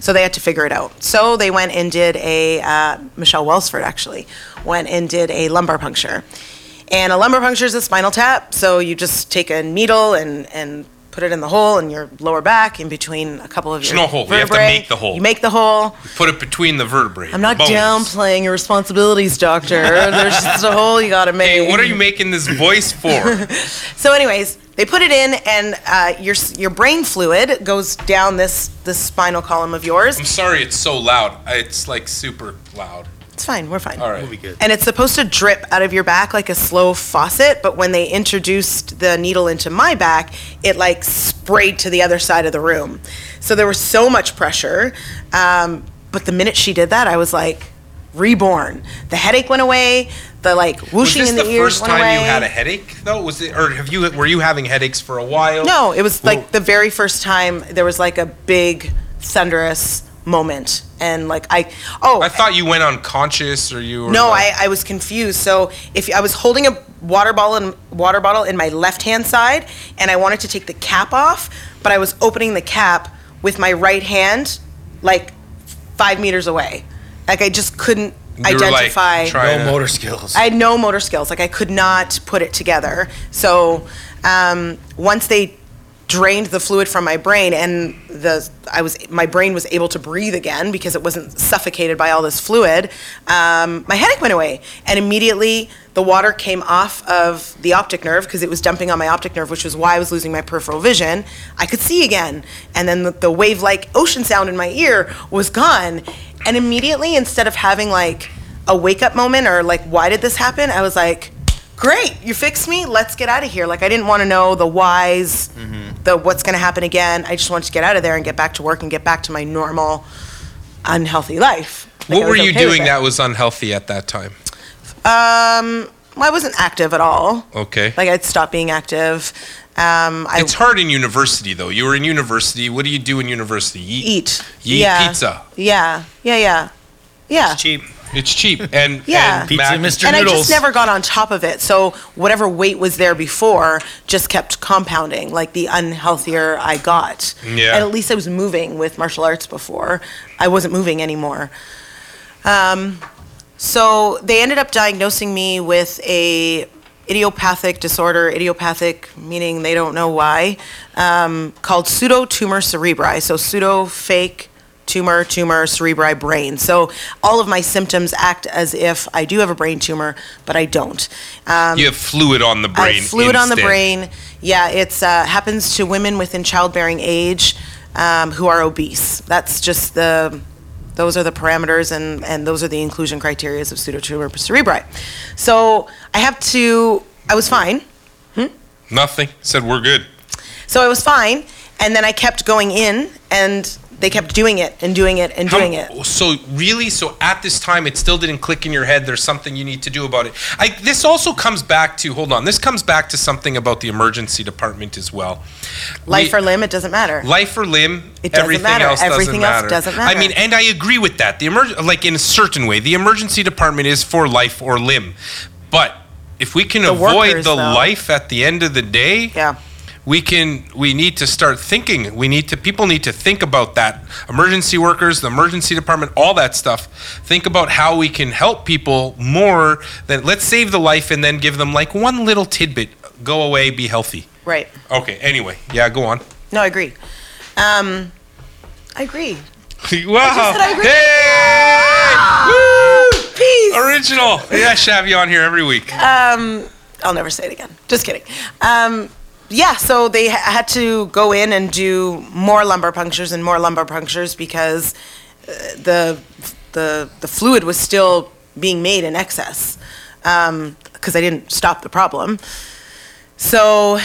Speaker 2: So they had to figure it out. So they went and did a uh, Michelle Wellsford actually went and did a lumbar puncture, and a lumbar puncture is a spinal tap. So you just take a needle and and put it in the hole in your lower back in between a couple of
Speaker 1: There's
Speaker 2: your
Speaker 1: no hole. You have to
Speaker 2: vertebrae.
Speaker 1: make the hole.
Speaker 2: You make the hole.
Speaker 1: Put it between the vertebrae.
Speaker 2: I'm not downplaying your responsibilities, doctor. There's just a hole you gotta make.
Speaker 1: Hey, what are you making this voice for?
Speaker 2: So, anyways, they put it in, and uh, your s- your brain fluid goes down this this spinal column of yours.
Speaker 1: I'm sorry it's so loud. It's like super loud.
Speaker 2: It's fine. We're fine.
Speaker 1: All right.
Speaker 3: We'll be good.
Speaker 2: And it's supposed to drip out of your back like a slow faucet, but when they introduced the needle into my back, it like sprayed to the other side of the room. So there was so much pressure. Um, but the minute she did that, I was like, reborn. The headache went away. The like
Speaker 1: Was
Speaker 2: whooshing
Speaker 1: this
Speaker 2: in
Speaker 1: the,
Speaker 2: the, ears
Speaker 1: first
Speaker 2: went
Speaker 1: time
Speaker 2: away.
Speaker 1: you had a headache though? Was it or have you were you having headaches for a while?
Speaker 2: No, it was like
Speaker 1: Whoa.
Speaker 2: the very first time there was like a big thunderous moment, and like I oh
Speaker 1: I thought you went unconscious or you were
Speaker 2: no,
Speaker 1: like-
Speaker 2: I, I was confused. So if I was holding a water bottle in water bottle in my left hand side, and I wanted to take the cap off, but I was opening the cap with my right hand, like five meters away. Like I just couldn't
Speaker 1: we were, like,
Speaker 2: Identify-
Speaker 1: trying to-
Speaker 3: motor skills.
Speaker 2: I had no motor skills. Like I could not put it together. So um, once they drained the fluid from my brain and the I was my brain was able to breathe again because it wasn't suffocated by all this fluid. Um, my headache went away, and immediately the water came off of the optic nerve because it was dumping on my optic nerve, which was why I was losing my peripheral vision. I could see again, and then the, the wave-like ocean sound in my ear was gone. And immediately, instead of having like a wake up moment or like why did this happen i was like great you fixed me let's get out of here like i didn't want to know the whys the what's going to happen again i just wanted to get out of there and get back to work and get back to my normal unhealthy life Like, I
Speaker 1: What were
Speaker 2: was
Speaker 1: you
Speaker 2: okay with
Speaker 1: doing
Speaker 2: it. Um,
Speaker 1: that was unhealthy at that time?
Speaker 2: Well, i wasn't active at all
Speaker 1: Okay.
Speaker 2: like i'd stopped being active um, i
Speaker 1: it's hard in university though. You were in university. What do you do in university? You
Speaker 2: eat
Speaker 1: You eat
Speaker 2: yeah.
Speaker 1: pizza.
Speaker 2: yeah yeah yeah yeah
Speaker 3: Cheap.
Speaker 1: It's cheap and
Speaker 2: Yeah.
Speaker 1: and
Speaker 3: Pizza,
Speaker 1: mac-
Speaker 3: Mr.
Speaker 2: and I
Speaker 3: Noodles.
Speaker 2: just never got on top of it. So whatever weight was there before just kept compounding. Like the unhealthier I got.
Speaker 1: Yeah.
Speaker 2: And at least I was moving with martial arts before. I wasn't moving anymore. Um, so they ended up diagnosing me with a idiopathic disorder. Idiopathic meaning they don't know why. Um, called pseudotumor cerebri. So pseudo fake tumor, tumor, cerebri, brain. So all of my symptoms act as if I do have a brain tumor, but I don't.
Speaker 1: You have fluid on the
Speaker 2: I
Speaker 1: brain.
Speaker 2: have fluid on the
Speaker 1: instead.
Speaker 2: brain. Yeah, it's uh, happens to women within childbearing age um, who are obese. That's just the those are the parameters and and those are the inclusion criteria of pseudotumor cerebri. So I have to. I was fine.
Speaker 1: Nothing. Said we're good.
Speaker 2: So I was fine, and then I kept going in, and they kept doing it and doing it and
Speaker 1: How-
Speaker 2: doing it.
Speaker 1: So really, so at this time, it still didn't click in your head. There's something you need to do about it. I, this also comes back to hold on. This comes back to something about the emergency department as well.
Speaker 2: Life
Speaker 1: We-
Speaker 2: or limb, it doesn't matter.
Speaker 1: life or limb.
Speaker 2: It doesn't
Speaker 1: everything
Speaker 2: matter.
Speaker 1: Else
Speaker 2: Everything
Speaker 1: doesn't
Speaker 2: else
Speaker 1: matter.
Speaker 2: doesn't
Speaker 1: I mean,
Speaker 2: matter.
Speaker 1: and I agree with that. The emerg- like in a certain way, the emergency department is for life or limb, but if we can avoid
Speaker 2: workers,
Speaker 1: the
Speaker 2: though.
Speaker 1: life at the end of the day,
Speaker 2: Yeah.
Speaker 1: we can we need to start thinking we need to people need to think about that emergency workers the emergency department all that stuff think about how we can help people more than let's save the life and then give them like one little tidbit go away be healthy
Speaker 2: Right.
Speaker 1: okay anyway yeah go on
Speaker 2: No, I agree. Um, I agree.
Speaker 1: wow
Speaker 2: I agree. Ah!
Speaker 1: hey
Speaker 2: Peace.
Speaker 1: Woo! original yeah shabby on here every week
Speaker 2: Uh, I'll never say it again. Just kidding. Um, yeah, so they ha- had to go in and do more lumbar punctures and more lumbar punctures because uh, the the the fluid was still being made in excess because I didn't stop the problem. So,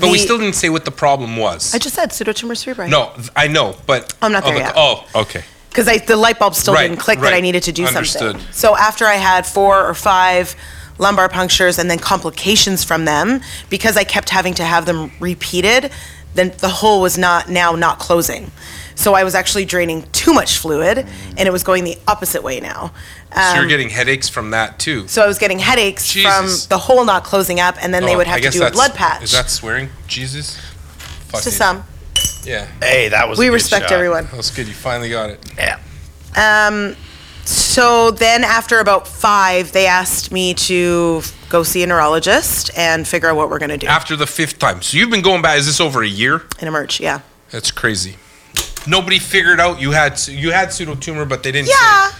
Speaker 1: but we still didn't say what the problem was
Speaker 2: I just said pseudotumor cerebri.
Speaker 1: no th- i know but
Speaker 2: I'm not
Speaker 1: oh,
Speaker 2: there
Speaker 1: the-
Speaker 2: yet.
Speaker 1: oh okay
Speaker 2: because I the light bulb still
Speaker 1: Right,
Speaker 2: didn't click that I
Speaker 1: right.
Speaker 2: needed to do
Speaker 1: Understood.
Speaker 2: something. So after I had four or five lumbar punctures and then complications from them, because I kept having to have them repeated, then the hole was not now not closing. So I was actually draining too much fluid, and it was going the opposite way now.
Speaker 1: so
Speaker 2: Um,
Speaker 1: you're getting headaches from that too
Speaker 2: So I was getting headaches
Speaker 1: Jesus.
Speaker 2: from the hole not closing up, and then they
Speaker 1: Oh,
Speaker 2: would have
Speaker 1: I
Speaker 2: to
Speaker 1: guess
Speaker 2: do a
Speaker 1: that's-
Speaker 2: blood patch.
Speaker 1: Is that swearing? Jesus? Fuck
Speaker 2: to
Speaker 1: it.
Speaker 2: some,
Speaker 1: Yeah.
Speaker 3: Hey, that was. a
Speaker 2: we
Speaker 3: good
Speaker 2: respect
Speaker 3: shot.
Speaker 2: everyone.
Speaker 1: That was good. You finally got it.
Speaker 3: Yeah.
Speaker 2: So then, after about five, they asked me to go see a neurologist and figure out what we're going to do
Speaker 1: After the fifth time. So you've been going back. Is this over a year?
Speaker 2: and emerge. Yeah.
Speaker 1: That's crazy. Nobody figured out you had you had pseudotumor, but they didn't. say-
Speaker 2: Yeah.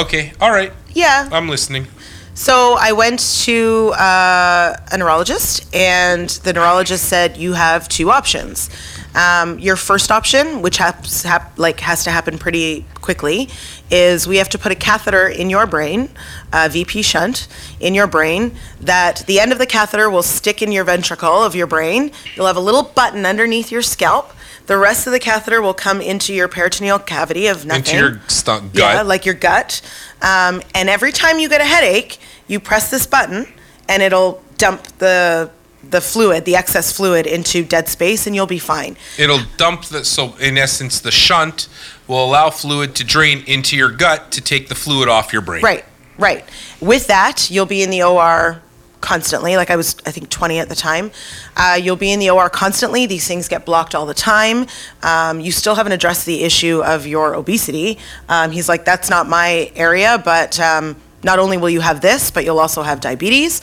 Speaker 1: Okay. All right.
Speaker 2: Yeah.
Speaker 1: I'm listening.
Speaker 2: So I went to uh, a neurologist, and the neurologist said you have two options. Um, your first option, which has hap- like has to happen pretty quickly, is we have to put a catheter in your brain, a VP shunt in your brain. That the end of the catheter will stick in your ventricle of your brain. You'll have a little button underneath your scalp. The rest of the catheter will come into your peritoneal cavity of nothing.
Speaker 1: Into your stomach.
Speaker 2: Yeah, like your gut. Um, and every time you get a headache, you press this button, and it'll dump the the fluid, the excess fluid, into dead space, and you'll be fine.
Speaker 1: It'll dump the so in essence the shunt will allow fluid to drain into your gut to take the fluid off your brain.
Speaker 2: Right, right. With that, you'll be in the OR constantly. Like I was, I think, 20 at the time. Uh, you'll be in the OR constantly. These things get blocked all the time. Um, you still haven't addressed the issue of your obesity. Um, he's like, that's not my area, but um, not only will you have this, but you'll also have diabetes.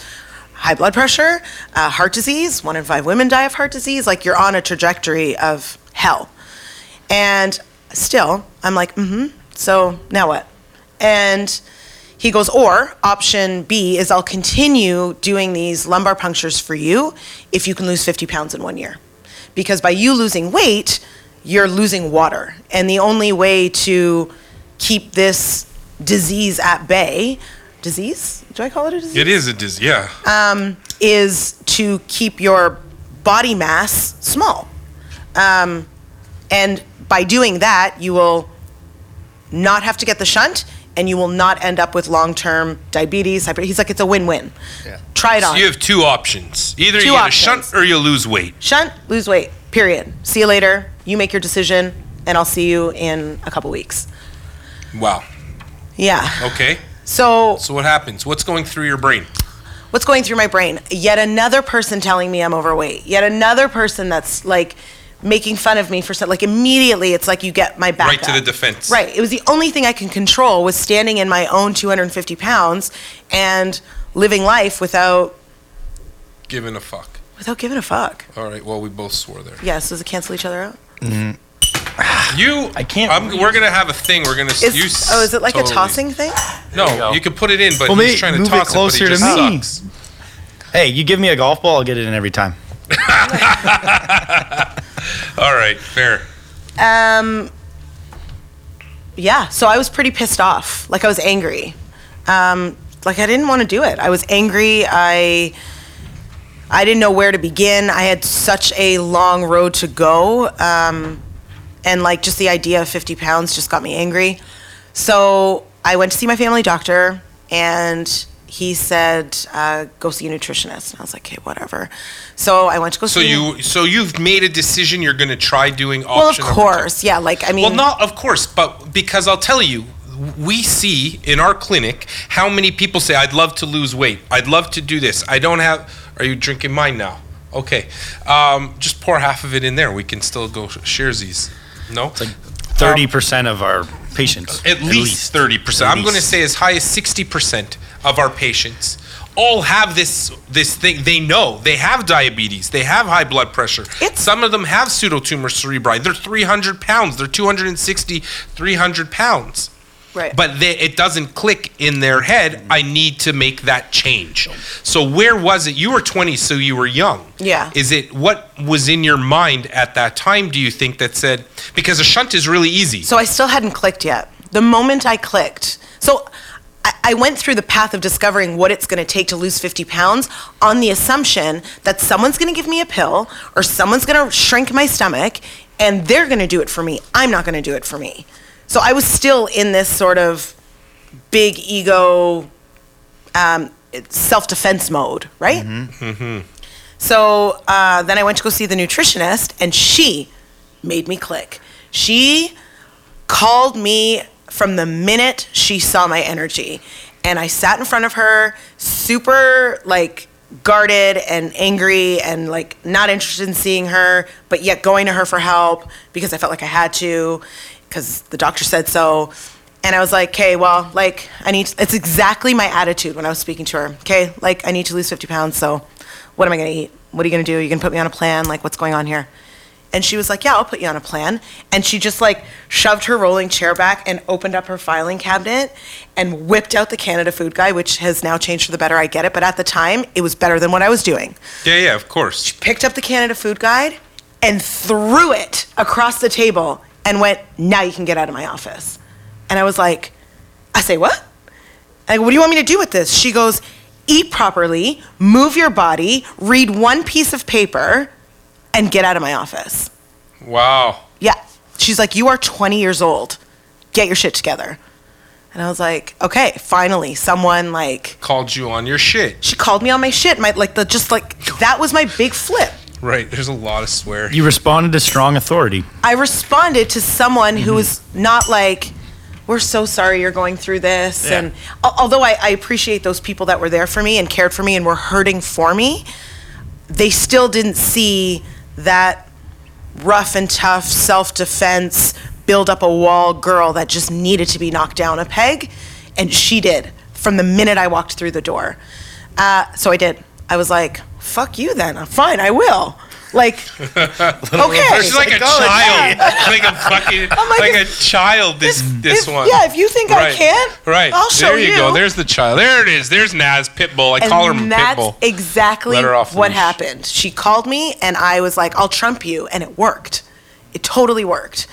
Speaker 2: High blood pressure, uh, heart disease, one in five women die of heart disease. Like, you're on a trajectory of hell. And still, I'm like, mm hmm. So now what? And he goes, or option B is I'll continue doing these lumbar punctures for you if you can lose 50 pounds in one year. Because by you losing weight, you're losing water. And the only way to keep this disease at bay, disease? Do I call it a disease?
Speaker 1: It is a disease. Yeah.
Speaker 2: is to keep your body mass small. Um, and by doing that, you will not have to get the shunt and you will not end up with long term diabetes. Hyper- He's like, it's a win win. Try it
Speaker 1: so
Speaker 2: on.
Speaker 1: you have two options. Either
Speaker 2: Two
Speaker 1: you get a
Speaker 2: options.
Speaker 1: shunt or you lose weight.
Speaker 2: shunt, lose weight, period. See you later. You make your decision, and I'll see you in a couple weeks.
Speaker 1: Wow.
Speaker 2: Yeah.
Speaker 1: Okay.
Speaker 2: So
Speaker 1: So what happens? What's going through your brain?
Speaker 2: what's going through my brain? Yet another person telling me I'm overweight. Yet another person that's like making fun of me for something. Like immediately, it's like you get my back
Speaker 1: Right to
Speaker 2: up.
Speaker 1: the defense.
Speaker 2: Right. It was the only thing I can control was standing in my own 250 pounds and living life without
Speaker 1: Giving a fuck.
Speaker 2: without giving a fuck.
Speaker 1: All right. Well, we both swore there.
Speaker 2: Yeah. So does it cancel each other out?
Speaker 1: You.
Speaker 3: I can't
Speaker 1: I'm, we're gonna have a thing. We're gonna.
Speaker 2: Is,
Speaker 1: you
Speaker 2: oh, is it like
Speaker 1: totally-
Speaker 2: a tossing thing?
Speaker 1: No,
Speaker 3: you go.
Speaker 1: you, can put it in, but
Speaker 3: Well,
Speaker 1: he's
Speaker 3: maybe
Speaker 1: trying to
Speaker 3: move it
Speaker 1: toss it,
Speaker 3: closer
Speaker 1: but
Speaker 3: to
Speaker 1: he just
Speaker 3: me.
Speaker 1: sucks.
Speaker 3: Hey, you give me a golf ball, I'll get it in every time.
Speaker 1: All right. Fair.
Speaker 2: Um, yeah. So I was pretty pissed off. Like I was angry. Um, like I didn't want to do it. I was angry. I I didn't know where to begin. I had such a long road to go. Um, and like just the idea of 50 pounds just got me angry. So I went to see my family doctor and he said, uh, go see a nutritionist. And I was like, okay, whatever. So I went to go
Speaker 1: So
Speaker 2: see
Speaker 1: you. So you've made a decision. You're gonna try doing option.
Speaker 2: Well, of
Speaker 1: number two.
Speaker 2: course. Yeah. Like, I mean,
Speaker 1: Well, not of course, but because I'll tell you, we see in our clinic how many people say, "I'd love to lose weight. I'd love to do this. I don't have." Are you drinking mine now? Okay, um, just pour half of it in there. We can still go sharesies. No,
Speaker 3: Thirty percent of our patients.
Speaker 1: at least thirty percent.
Speaker 3: At
Speaker 1: I'm going to
Speaker 3: least.
Speaker 1: say as high as sixty percent of our patients all have this this thing. They know they have diabetes. They have high blood pressure.
Speaker 2: It's-
Speaker 1: Some of them have pseudotumor cerebri. They're 300 pounds. They're 260, 300 pounds.
Speaker 2: right.
Speaker 1: But they, it doesn't click in their head. I need to make that change. So where was it? You were 20, so you were young.
Speaker 2: Yeah.
Speaker 1: Is it what was in your mind at that time? Do you think that said because a shunt is really easy?
Speaker 2: So I still hadn't clicked yet. The moment I clicked, so I, I went through the path of discovering what it's going to take to lose 50 pounds on the assumption that someone's going to give me a pill or someone's going to shrink my stomach and they're going to do it for me. I'm not going to do it for me. So I was still in this sort of big ego um, self defense mode, right? So uh, then I went to go see the nutritionist, and she made me click. She called me from the minute she saw my energy. And I sat in front of her, super like guarded and angry and like not interested in seeing her, but yet going to her for help because I felt like I had to, because the doctor said so. And I was like, okay, well, like, I need, it's exactly my attitude when I was speaking to her. Okay, like, I need to lose 50 pounds, so what am I gonna eat? What are you gonna do? Are you gonna put me on a plan? Like, what's going on here? And she was like, Yeah, I'll put you on a plan. And she just like shoved her rolling chair back and opened up her filing cabinet and whipped out the Canada Food Guide, which has now changed for the better. I get it. But at the time, it was better than what I was doing.
Speaker 1: yeah, yeah, of course.
Speaker 2: Picked up the Canada Food Guide and threw it across the table and went, Now you can get out of my office. And I was like, I say, What? I go, what do you want me to do with this? She goes, Eat properly, move your body, read one piece of paper, and get out of my office.
Speaker 1: Wow.
Speaker 2: Yeah. She's like, You are 20 years old. Get your shit together. And I was like, Okay, finally, someone like,
Speaker 1: Called you on your shit.
Speaker 2: she called me on my shit. My, like, the just like, that was my big flip.
Speaker 1: Right. There's a lot of swear.
Speaker 3: You responded to strong authority.
Speaker 1: Mm-hmm.
Speaker 2: I responded to someone who was not like, we're so sorry you're going through this.
Speaker 3: Yeah.
Speaker 2: And al- although I, I appreciate those people that were there for me and cared for me and were hurting for me, they still didn't see that rough and tough self defense, build up a wall girl that just needed to be knocked down a peg. And she did from the minute I walked through the door. Uh, so I did. I was like, fuck you then. I'm fine. I will. Like, okay.
Speaker 1: She's like a child, like a fucking,
Speaker 2: like,
Speaker 1: like a child. This this
Speaker 2: Oh Mm. if-
Speaker 1: one.
Speaker 2: yeah, if you think I can't,
Speaker 1: right?
Speaker 2: I'll show
Speaker 1: there you,
Speaker 2: you.
Speaker 1: go. There's the child. There it is. There's Naz Pitbull. I
Speaker 2: and
Speaker 1: call her
Speaker 2: that's
Speaker 1: Pitbull.
Speaker 2: exactly
Speaker 1: Let her off the
Speaker 2: what
Speaker 1: leash.
Speaker 2: happened. She called me, and I was like, "I'll trump you," and it worked. It totally worked.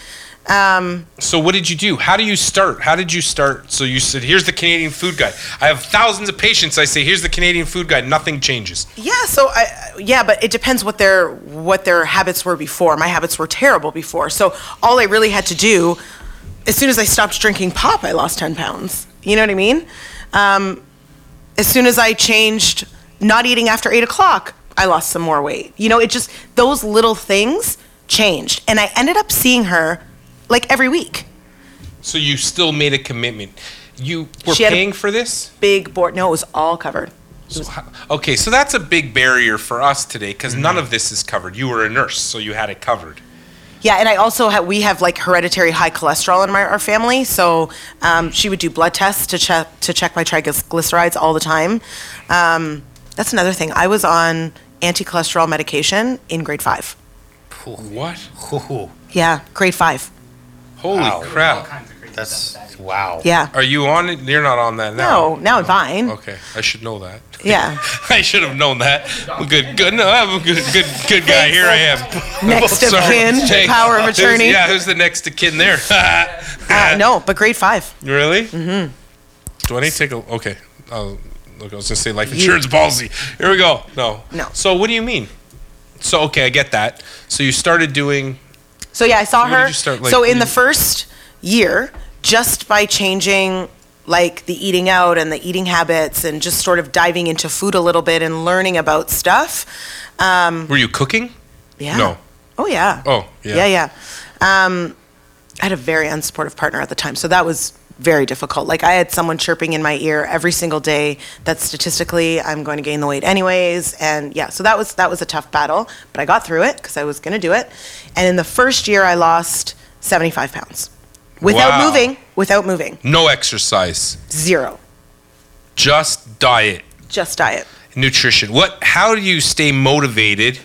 Speaker 2: Um,
Speaker 1: So what did you do? How do you start? How did you start? So you said, "Here's the Canadian food guide." I have thousands of patients. I say, "Here's the Canadian food guide." Nothing changes.
Speaker 2: yeah. So I, yeah, but it depends what their what their habits were before. My habits were terrible before. So all I really had to do, as soon as I stopped drinking pop, I lost ten pounds. You know what I mean? Um, as soon as I changed not eating after eight o'clock, I lost some more weight. You know, it just, those little things changed. And I ended up seeing her like every week.
Speaker 1: So you still made a commitment. You were
Speaker 2: She had a-
Speaker 1: paying for this.
Speaker 2: Big board. No, it was all covered.
Speaker 1: So how- okay, so that's a big barrier for us today because none of this is covered. You were a nurse, so you had it covered.
Speaker 2: Yeah, and I also have, we have like hereditary high cholesterol in my, our family. So um, she would do blood tests to check, to check my triglycerides all the time. Um, that's another thing. I was on anti cholesterol medication in grade five.
Speaker 1: What?
Speaker 2: Yeah, grade five.
Speaker 1: Holy
Speaker 3: Wow.
Speaker 4: All
Speaker 1: crap!
Speaker 4: kinds of crazy stuff.
Speaker 3: That's wow.
Speaker 2: Yeah.
Speaker 1: Are you on it? You're not on that now.
Speaker 2: No, now I'm fine.
Speaker 1: Okay, I should know that.
Speaker 2: Yeah.
Speaker 1: I should have known that. I'm good, good. No, I'm a good, good, good guy. Here I am.
Speaker 2: Next of
Speaker 1: Sorry.
Speaker 2: kin,
Speaker 1: Hey,
Speaker 2: power of
Speaker 1: who's-
Speaker 2: attorney.
Speaker 1: yeah, who's the next of kin there?
Speaker 2: Uh, no, but grade five.
Speaker 1: Really? Mm-hmm. Do I need to take a okay? Oh, look, I was gonna say life insurance policy. Here we go. No.
Speaker 2: No.
Speaker 1: So what do you mean? So okay, I get that. So you started doing.
Speaker 2: So yeah, I
Speaker 1: So
Speaker 2: saw
Speaker 1: what did
Speaker 2: her.
Speaker 1: you start, like,
Speaker 2: so in
Speaker 1: you-
Speaker 2: the first year, just by changing like the eating out and the eating habits and just sort of diving into food a little bit and learning about stuff.
Speaker 1: Were you cooking?
Speaker 2: Mm-hmm. Yeah.
Speaker 1: No.
Speaker 2: Oh yeah.
Speaker 1: Oh yeah.
Speaker 2: Yeah, yeah. Um, I had a very unsupportive partner at the time, so that was very difficult. Like I had someone chirping in my ear every single day that statistically I'm going to gain the weight anyways, and yeah, so that was that was a tough battle, but I got through it because I was going to do it. And in the first year, I lost 75 pounds without
Speaker 1: Wow.
Speaker 2: moving, without moving,
Speaker 1: No exercise,
Speaker 2: zero,
Speaker 1: just diet,
Speaker 2: just diet.
Speaker 1: nutrition. What? How do you stay motivated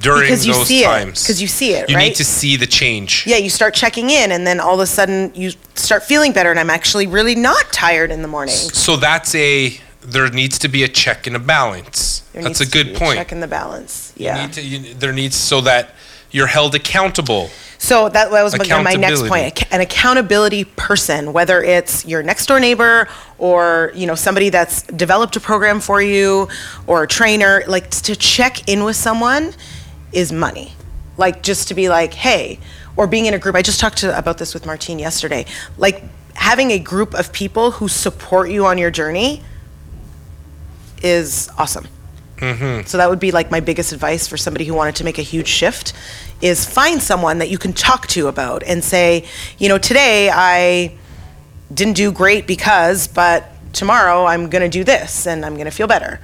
Speaker 1: during
Speaker 2: Because you
Speaker 1: those
Speaker 2: see it.
Speaker 1: times?
Speaker 2: 'Cause you see it,
Speaker 1: You
Speaker 2: right?
Speaker 1: need to see the change.
Speaker 2: Yeah, you start checking in, and then all of a sudden you start feeling better, and I'm actually really not tired in the morning.
Speaker 1: So that's a. There needs to be a check and a balance.
Speaker 2: There
Speaker 1: that's a
Speaker 2: needs to
Speaker 1: good
Speaker 2: be
Speaker 1: point.
Speaker 2: Checking the balance.
Speaker 1: You
Speaker 2: Yeah.
Speaker 1: need to, you, there needs so that you're held accountable.
Speaker 2: So that, that was my- my next
Speaker 1: Accountability.
Speaker 2: point. Ac- An accountability person, whether it's your next door neighbor or you know somebody that's developed a program for you or a trainer, like to check in with someone is money. Like just to be like, hey, or being in a group. I just talked to, about this with Martine yesterday. Like having a group of people who support you on your journey is awesome. So that would be like my biggest advice for somebody who wanted to make a huge shift is find someone that you can talk to about and say, you know, today I didn't do great because, but tomorrow I'm going to do this and I'm going to feel better.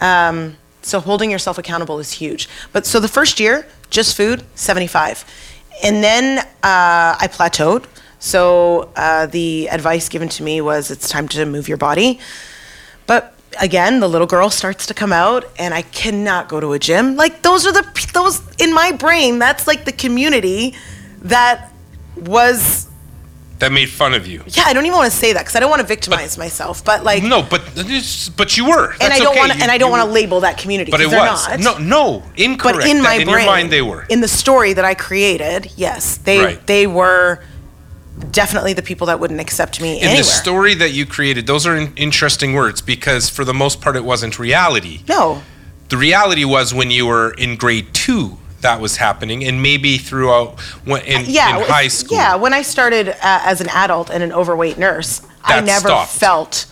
Speaker 2: Um, so holding yourself accountable is huge. But so the first year, just food, 75. And then uh, I plateaued. So uh, the advice given to me was it's time to move your body. But again, the little girl starts to come out, and I cannot go to a gym. Like those are the p- those in my brain. That's like the community that was.
Speaker 1: That made fun of you.
Speaker 2: Yeah, I don't even want to say that because I don't want to victimize myself. But like,
Speaker 1: No, but this- but you were.
Speaker 2: and I
Speaker 1: That's
Speaker 2: don't
Speaker 1: okay.
Speaker 2: want to,
Speaker 1: You-
Speaker 2: and I don't
Speaker 1: you
Speaker 2: want to
Speaker 1: were-
Speaker 2: label that community.
Speaker 1: But it
Speaker 2: 'cause they're
Speaker 1: was
Speaker 2: not.
Speaker 1: no, no, incorrect.
Speaker 2: But in my
Speaker 1: That- in
Speaker 2: brain,
Speaker 1: your mind, they were.
Speaker 2: in the story that I created. Yes, they
Speaker 1: Right.
Speaker 2: they were definitely the people that wouldn't accept me
Speaker 1: in
Speaker 2: anywhere.
Speaker 1: the story that you created, those are in, interesting words because for the most part, it wasn't reality.
Speaker 2: no,
Speaker 1: The reality was when you were in grade two, that was happening, and maybe throughout when, in,
Speaker 2: yeah,
Speaker 1: in
Speaker 2: well,
Speaker 1: high
Speaker 2: it's-
Speaker 1: school.
Speaker 2: Yeah, when I started uh, as an adult and an overweight nurse, I
Speaker 1: That
Speaker 2: never
Speaker 1: stopped.
Speaker 2: felt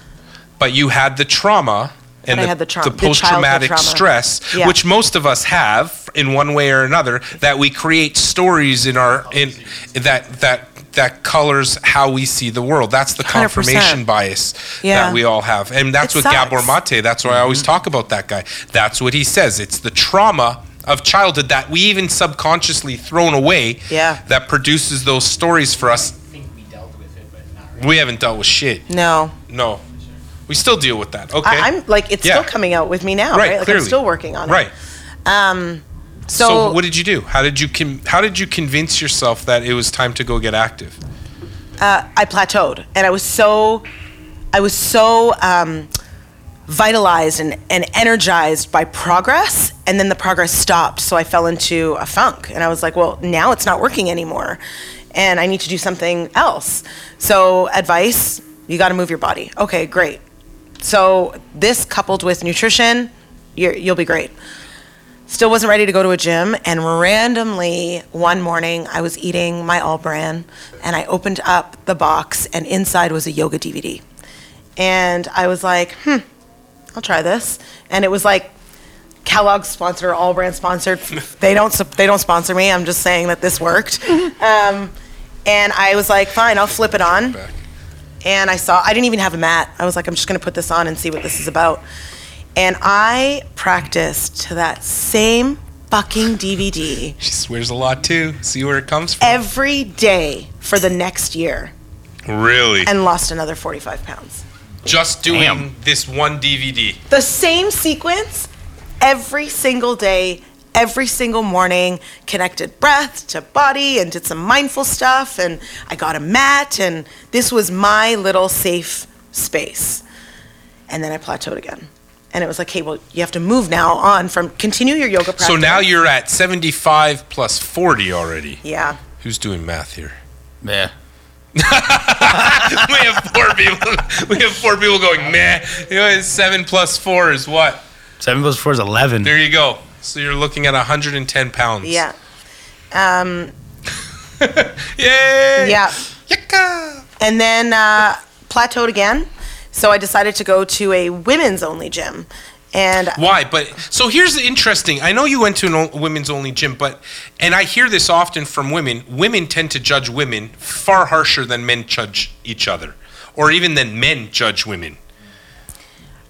Speaker 1: but you had the trauma and
Speaker 2: But I
Speaker 1: the,
Speaker 2: had the trauma- the childhood
Speaker 1: post-traumatic
Speaker 2: trauma.
Speaker 1: stress,
Speaker 2: Yeah.
Speaker 1: which most of us have in one way or another, that we create stories in our in that that that colors how we see the world. That's the
Speaker 2: 100%.
Speaker 1: confirmation bias
Speaker 2: Yeah.
Speaker 1: that we all have. And that's
Speaker 2: It
Speaker 1: what Gabor
Speaker 2: sucks. Mm-hmm.
Speaker 1: Mate, that's why I always talk about that guy. That's what he says. It's the trauma of childhood that we even subconsciously thrown away
Speaker 2: Yeah.
Speaker 1: that produces those stories for us.
Speaker 4: think we dealt with it, but not really.
Speaker 1: We haven't dealt with shit.
Speaker 2: No,
Speaker 1: No. We still deal with that. Okay.
Speaker 2: I, I'm like it's
Speaker 1: Yeah.
Speaker 2: still coming out with me now,
Speaker 1: Right,
Speaker 2: right? Like
Speaker 1: clearly.
Speaker 2: I'm still working on it.
Speaker 1: right.
Speaker 2: So,
Speaker 1: So, what did you do? How did you con- how did you convince yourself that it was time to go get active?
Speaker 2: I plateaued, and I was so, I was so um, vitalized and, and energized by progress, and then the progress stopped. So I fell into a funk, and I was like, well, now it's not working anymore, and I need to do something else. So advice: you got to move your body. Okay, great. So this coupled with nutrition, you're, you'll be great. Still wasn't ready to go to a gym, and randomly one morning I was eating my all bran, and I opened up the box, and inside was a yoga DVD, and I was like, hmm, I'll try this, and it was like Kellogg's sponsored, all brand sponsored. they don't sup- they don't sponsor me. I'm just saying that this worked, um, and I was like, fine, I'll flip it on
Speaker 1: Back.
Speaker 2: and I saw I didn't even have a mat. I was like, I'm just gonna put this on and see what this is about. And I practiced to that same fucking DVD
Speaker 1: She swears a lot too. See where it comes from.
Speaker 2: every day for the next year
Speaker 1: really?
Speaker 2: and lost another 45 pounds.
Speaker 1: Just doing
Speaker 3: Damn.
Speaker 1: this one DVD.
Speaker 2: The same sequence every single day, every single morning, connected breath to body and did some mindful stuff. And I got a mat, and this was my little safe space. And then I plateaued again. And it was like, hey, well, you have to move now on from continue your yoga practice.
Speaker 1: So now you're at 75 plus 40 already.
Speaker 2: Yeah.
Speaker 1: Who's doing math here?
Speaker 3: Yeah.
Speaker 1: we have four people. We have four people going meh. You know, it's seven plus four is what?
Speaker 3: Seven plus four is eleven.
Speaker 1: There you go. So you're looking at 110 pounds.
Speaker 2: Yeah. Um,
Speaker 1: Yay!
Speaker 2: yeah.
Speaker 1: Yucca!
Speaker 2: and then uh, plateaued again. So I decided to go to a women's only gym. And
Speaker 1: Why? But so here's the interesting. I know you went to a women's only gym, but and I hear this often from women. Women tend to judge women far harsher than men judge each other, or even than men judge women.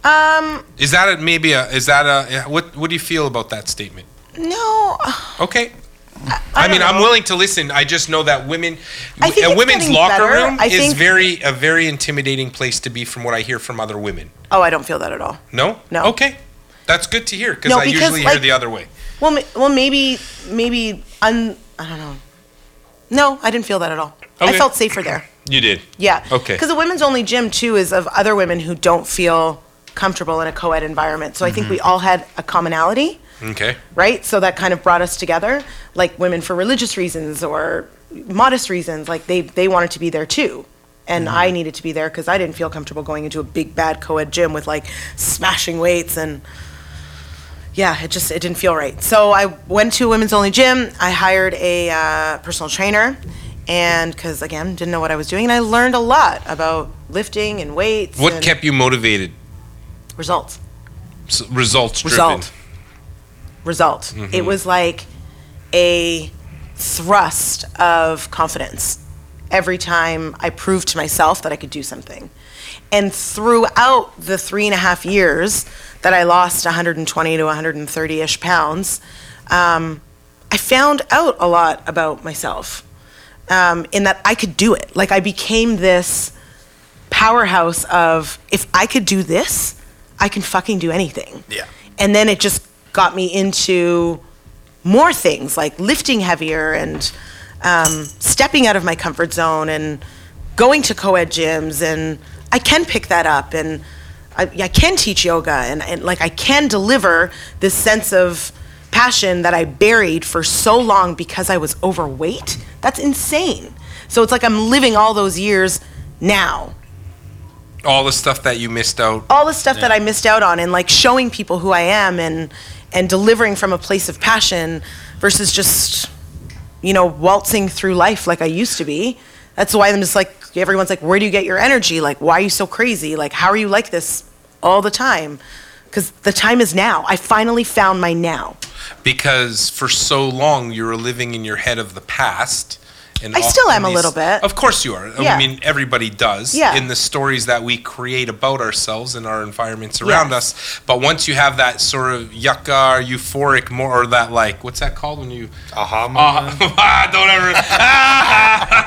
Speaker 1: Um. Is that a, maybe a? Is that a? What What do you feel about that statement?
Speaker 2: no,
Speaker 1: Okay. I, mean,
Speaker 2: don't
Speaker 1: I'm
Speaker 2: know.
Speaker 1: willing to listen. I just know that women,
Speaker 2: I think
Speaker 1: a
Speaker 2: it's
Speaker 1: women's
Speaker 2: getting
Speaker 1: locker
Speaker 2: better.
Speaker 1: room
Speaker 2: I
Speaker 1: is
Speaker 2: think-
Speaker 1: very a very intimidating place to be, from what I hear from other women.
Speaker 2: oh, I don't feel that at all.
Speaker 1: No.
Speaker 2: No.
Speaker 1: Okay. That's good to hear because
Speaker 2: No,
Speaker 1: I
Speaker 2: because,
Speaker 1: usually hear
Speaker 2: like-
Speaker 1: the other way.
Speaker 2: Well, ma- well, maybe, maybe un. I don't know. No, I didn't feel that at all.
Speaker 1: Okay.
Speaker 2: I felt safer there.
Speaker 1: You did.
Speaker 2: Yeah.
Speaker 1: Okay.
Speaker 2: Because the women's only gym too is of other women who don't feel comfortable in a co-ed environment. So I
Speaker 1: Mm-hmm.
Speaker 2: think we all had a commonality,
Speaker 1: Okay.
Speaker 2: right? So that kind of brought us together, like women for religious reasons or modest reasons. Like they they wanted to be there too. And I
Speaker 1: Mm-hmm.
Speaker 2: needed to be there because I didn't feel comfortable going into a big bad co-ed gym with like smashing weights and yeah, it just it didn't feel right. So I went to a women's only gym. I hired a uh, personal trainer, and because again didn't know what I was doing, and I learned a lot about lifting and weights.
Speaker 1: What
Speaker 2: and
Speaker 1: kept you motivated?
Speaker 2: results?
Speaker 1: Results driven.
Speaker 2: Result. Result. It was like a thrust of confidence every time I proved to myself that I could do something. And throughout the three and a half years that I lost 120 to 130 ish pounds, um, I found out a lot about myself um, in that I could do it. Like I became this powerhouse of if I could do this, I can fucking do anything.
Speaker 3: Yeah.
Speaker 2: And then it just got me into more things like lifting heavier and um, stepping out of my comfort zone and going to co-ed gyms and I can pick that up and I, I can teach yoga and, and like I can deliver this sense of passion that I buried for so long because I was overweight. That's insane. So it's like I'm living all those years now
Speaker 1: All the stuff that you missed out.
Speaker 2: all the stuff that I missed out on and like showing people who I am and and delivering from a place of passion versus just you know waltzing through life like I used to be. That's why I'm just like everyone's like where do you get your energy? Like why are you so crazy? Like how are you like this all the time? Cuz the time is now. I finally found my now.
Speaker 1: because for so long you were living in your head of the past And
Speaker 2: I
Speaker 1: all-
Speaker 2: still am
Speaker 1: and
Speaker 2: a little bit.
Speaker 1: Of course you are. I
Speaker 2: Yeah.
Speaker 1: mean, everybody does
Speaker 2: Yeah.
Speaker 1: in the stories that we create about ourselves and our environments around
Speaker 2: Yes.
Speaker 1: us. But once you have that sort of yucca or euphoric more or that like what's that called when you
Speaker 3: Aha
Speaker 1: uh,
Speaker 2: Uh-huh.
Speaker 1: ah, don't ever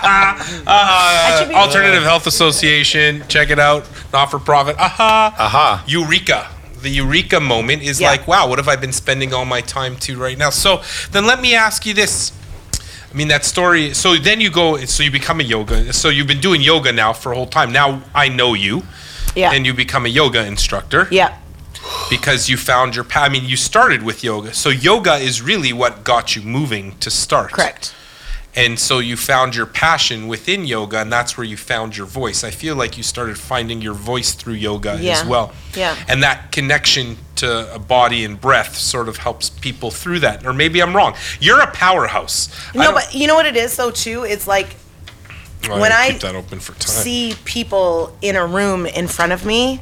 Speaker 1: Ah,
Speaker 2: should be-
Speaker 1: Alternative Health Association, check it out, not for profit. Aha.
Speaker 3: Aha.
Speaker 1: Eureka. The eureka moment is
Speaker 2: Yeah.
Speaker 1: like, wow, what have I been spending all my time to right now? So then let me ask you this. I mean, that story. So then you go, so you become a yoga. So you've been doing yoga now for a whole time. Now I know you.
Speaker 2: Yeah.
Speaker 1: And you become a yoga instructor
Speaker 2: yeah.
Speaker 1: because you found your path. I mean, you started with yoga. So yoga is really what got you moving to start.
Speaker 2: Correct.
Speaker 1: And so you found your passion within yoga, and that's where you found your voice. I feel like you started finding your voice through yoga
Speaker 2: Yeah.
Speaker 1: as well.
Speaker 2: Yeah.
Speaker 1: And that connection to a body and breath sort of helps people through that. Or maybe I'm wrong. You're a powerhouse. I
Speaker 2: No,
Speaker 1: don't-
Speaker 2: but you know what it is though too. It's like
Speaker 1: Oh,
Speaker 2: when
Speaker 1: gotta
Speaker 2: I
Speaker 1: keep that open for time.
Speaker 2: see people in a room in front of me,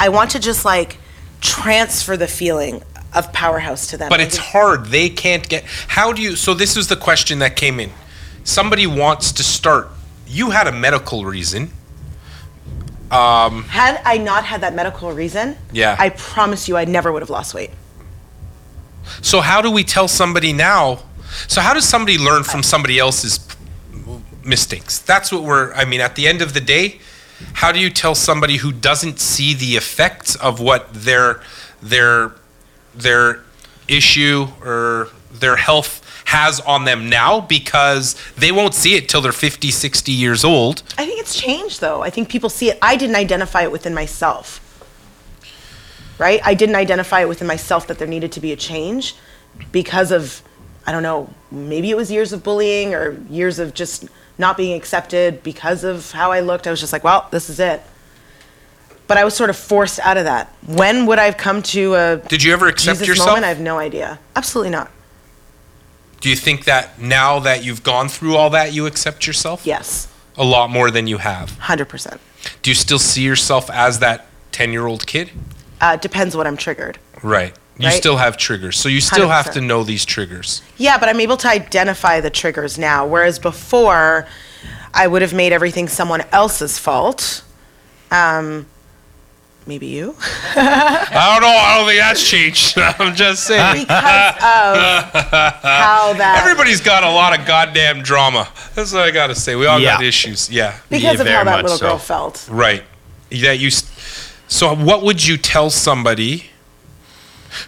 Speaker 2: I want to just like transfer the feeling of powerhouse to them.
Speaker 1: But
Speaker 2: I
Speaker 1: it's
Speaker 2: think-
Speaker 1: hard. They can't get. How do you? So this is the question that came in. Somebody wants to start. You had a medical reason.
Speaker 2: had I not had that medical reason,
Speaker 1: Yeah.
Speaker 2: I promise you, I never would have lost weight.
Speaker 1: So how do we tell somebody now? So how does somebody learn from somebody else's p- mistakes? That's what we're. I mean, at the end of the day, how do you tell somebody who doesn't see the effects of what their their their issue or their health has on them now because they won't see it till they're 50 60 years old
Speaker 2: I think it's changed though. I think people see it. I didn't identify it within myself. Right? I didn't identify it within myself that there needed to be a change because of I don't know, maybe it was years of bullying or years of just not being accepted because of how I looked. I was just like, well, this is it. But I was sort of forced out of that. When would I have come to a
Speaker 1: Did you ever accept
Speaker 2: Jesus
Speaker 1: yourself?
Speaker 2: moment? I have no idea. Absolutely not.
Speaker 1: Do you think that now that you've gone through all that, you accept yourself?
Speaker 2: Yes.
Speaker 1: A lot more than you have.
Speaker 2: 100%.
Speaker 1: Do you still see yourself as that 10 year old kid?
Speaker 2: Uh, depends what I'm triggered.
Speaker 1: Right. You
Speaker 2: Right.
Speaker 1: still have triggers. So you still have to
Speaker 2: 100%.
Speaker 1: know these triggers.
Speaker 2: Yeah, but I'm able to identify the triggers now. Whereas before, I would have made everything someone else's fault. Um, maybe you.
Speaker 1: I don't know. I don't think that's changed. I'm just saying.
Speaker 2: because of how that.
Speaker 1: Everybody's got a lot of goddamn drama. That's what I got to say. We all got
Speaker 3: Yeah.
Speaker 1: issues. Yeah.
Speaker 2: because
Speaker 3: Yeah,
Speaker 2: of how that
Speaker 3: very much
Speaker 2: little
Speaker 3: so.
Speaker 2: girl felt.
Speaker 1: Right. That you. s- So what would you tell somebody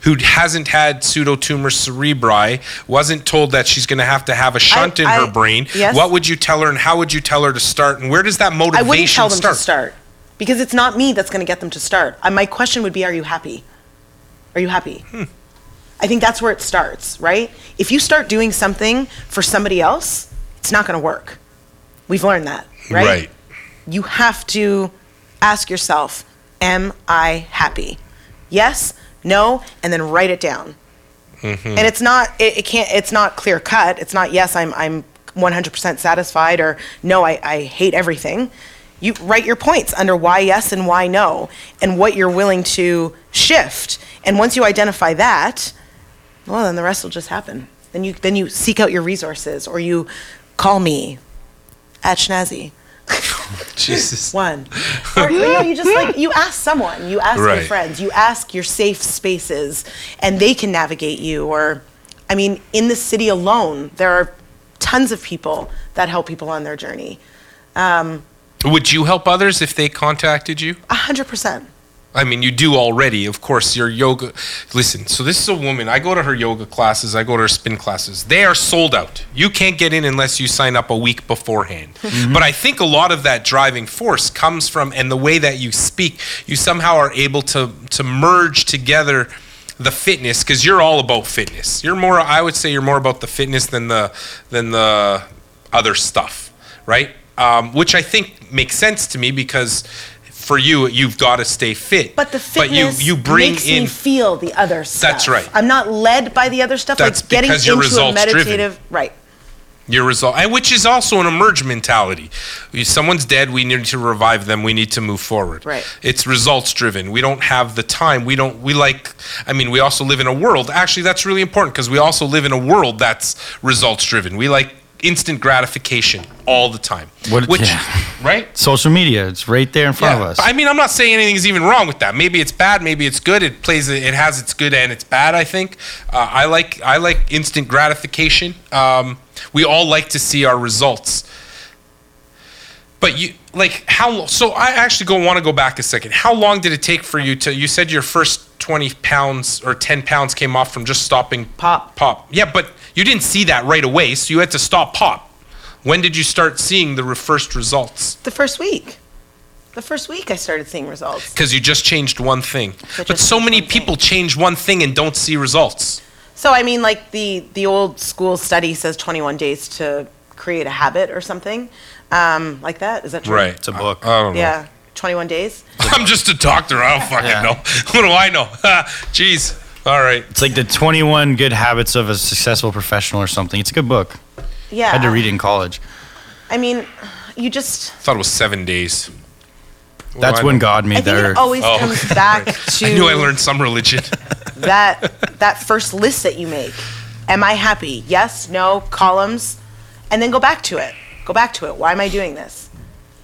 Speaker 1: who hasn't had pseudotumor cerebri, wasn't told that she's going to have to have a shunt in
Speaker 2: I-
Speaker 1: her brain?
Speaker 2: yes.
Speaker 1: What would you tell her, and how would you tell her to start, and where does that
Speaker 2: I
Speaker 1: motivation
Speaker 2: wouldn't tell them
Speaker 1: start?
Speaker 2: to start because it's not me that's going to get them to start. I, my question would be, are you happy? Are you happy? I think that's where it starts, right? If you start doing something for somebody else, it's not going to work. We've learned that,
Speaker 1: Right.
Speaker 2: you have to ask yourself, am I happy? Yes, no, and then write it down. And it's not it, it can't it's not clear cut. It's not yes, I'm I'm 100% satisfied or no, I, I hate everything. You write your points under why yes and why no and what you're willing to shift. And once you identify that, well then the rest will just happen. Then you then you seek out your resources or you call me at Schnazzy
Speaker 1: Jesus.
Speaker 2: one. Or you know, you just like you ask someone, you ask your
Speaker 1: Right.
Speaker 2: friends, you ask your safe spaces, and they can navigate you. Or, I mean, in the city alone, there are tons of people that help people on their journey.
Speaker 1: Would you help others if they contacted you?
Speaker 2: A hundred percent.
Speaker 1: I mean, you do already, of course. Your yoga. Listen, so this is a woman. I go to her yoga classes. I go to her spin classes. They are sold out. You can't get in unless you sign up a week beforehand. But I think a lot of that driving force comes from, and the way that you speak, you somehow are able to to merge together the fitness because you're all about fitness. You're more. I would say you're more about the fitness than the than the other stuff, right? Um, which I think makes sense to me because. For you, you've got to stay fit.
Speaker 2: But the fitness
Speaker 1: But you, you bring
Speaker 2: makes
Speaker 1: in
Speaker 2: me feel the other stuff.
Speaker 1: right.
Speaker 2: I'm not led by the other stuff.
Speaker 1: That's
Speaker 2: like getting
Speaker 1: because you're
Speaker 2: into a
Speaker 1: results-driven.
Speaker 2: meditative right.
Speaker 1: your result, and which is also an emerge mentality. If someone's dead, we need to revive them. We need to move forward.
Speaker 2: Right.
Speaker 1: It's results driven. We don't have the time. We don't. We like. I mean, we also live in a world. Actually, that's really important because we also live in a world that's results driven. We like instant gratification all the time.
Speaker 3: What-
Speaker 1: which,
Speaker 3: yeah.
Speaker 1: right?
Speaker 3: Social media, it's right there in front of us.
Speaker 1: but I mean, I'm not saying anything's even wrong with that. Maybe it's bad. Maybe it's good. It plays. It has its good and its bad. I think. Uh, I like. I like instant gratification. Um, we all like to see our results. But you like how? So I actually go want to go back a second. How long did it take for you to? You said your first 20 pounds or 10 pounds came off from just stopping
Speaker 2: Pop.
Speaker 1: Pop. Yeah, but you didn't see that right away, so you had to stop pop. When did you start seeing the re- first results?
Speaker 2: The first week. The first week I started seeing results.
Speaker 1: because you just changed one thing.
Speaker 2: I
Speaker 1: But
Speaker 2: just
Speaker 1: so
Speaker 2: changed
Speaker 1: many
Speaker 2: one thing.
Speaker 1: people change one thing and don't see results.
Speaker 2: So I mean, like the the old school study says, 21 days to create a habit or something um, like that. Is that true?
Speaker 1: Right.
Speaker 3: It's a book.
Speaker 1: I don't know.
Speaker 2: Yeah, 21 days.
Speaker 1: I'm just a doctor. I don't fucking
Speaker 3: Yeah.
Speaker 1: know. What do I know? Jeez. All right.
Speaker 3: It's like the 21 good habits of a successful professional or something. It's a good book.
Speaker 2: Yeah.
Speaker 3: I had to read it in college.
Speaker 2: I mean, you just.
Speaker 1: Thought it was seven days. What do
Speaker 3: That's
Speaker 1: I
Speaker 3: when
Speaker 1: know?
Speaker 3: God made
Speaker 2: I think
Speaker 3: their
Speaker 2: it always
Speaker 1: Oh,
Speaker 2: comes back to
Speaker 1: I knew I learned some religion.
Speaker 2: that that first list that you make. Am I happy? Yes, no, columns, and then go back to it. Go back to it. Why am I doing this?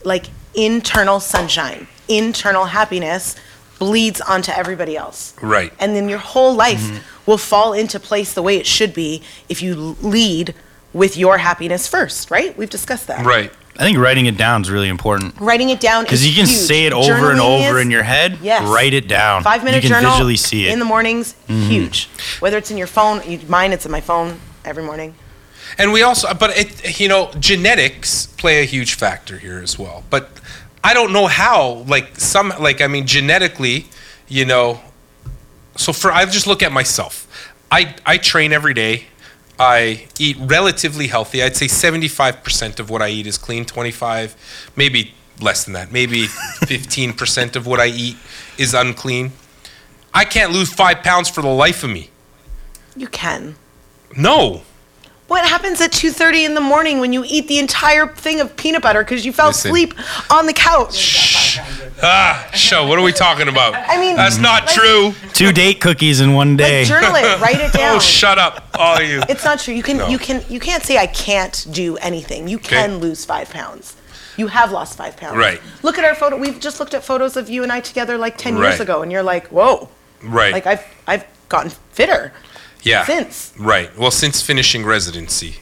Speaker 2: Like internal sunshine, internal happiness bleeds onto everybody else.
Speaker 1: Right.
Speaker 2: And then your whole life
Speaker 3: Mm-hmm.
Speaker 2: will fall into place the way it should be if you l- lead with your happiness first, right? We've discussed that.
Speaker 1: right.
Speaker 3: I think writing it down is really important
Speaker 2: Writing it down
Speaker 3: because
Speaker 2: is
Speaker 3: you can
Speaker 2: huge.
Speaker 3: say it over and
Speaker 2: Journaling
Speaker 3: over
Speaker 2: is-
Speaker 3: in your head.
Speaker 2: Yes.
Speaker 3: Write it down.
Speaker 2: Five minute
Speaker 3: You can
Speaker 2: journal
Speaker 3: visually see it. Mm-hmm.
Speaker 2: in the mornings, huge. Whether it's in your phone, you, mine it's in my phone every morning.
Speaker 1: And we also, but it, you know, genetics play a huge factor here as well. But I don't know how, like, some, like, I mean, genetically, you know, so for, I just look at myself. I, I train every day. I eat relatively healthy. I'd say 75% of what I eat is clean, 25, maybe less than that, maybe 15% of what I eat is unclean. I can't lose five pounds for the life of me.
Speaker 2: You can.
Speaker 1: No.
Speaker 2: What happens at 2:30 in the morning when you eat the entire thing of peanut butter because you fell
Speaker 1: Listen.
Speaker 2: asleep on the couch?
Speaker 1: Shh. Ah, show. What are we talking about?
Speaker 2: I mean,
Speaker 1: That's not
Speaker 2: like-
Speaker 1: true.
Speaker 3: Two date cookies in one
Speaker 2: Like,
Speaker 3: day.
Speaker 2: journal it, write it down.
Speaker 1: Oh, shut up, all you.
Speaker 2: it's not true. You can
Speaker 1: No.
Speaker 2: you can you can't say I can't do anything. You can lose 5 pounds. You have lost 5 pounds.
Speaker 1: Right.
Speaker 2: Look at our photo. We've just looked at photos of you and I together like 10 years
Speaker 1: Right.
Speaker 2: ago and you're like, "Whoa."
Speaker 1: Right. Ah.
Speaker 2: Like I've I've gotten fitter.
Speaker 1: yeah.
Speaker 2: since. Mm-hmm.
Speaker 1: Right. Well, since finishing residency,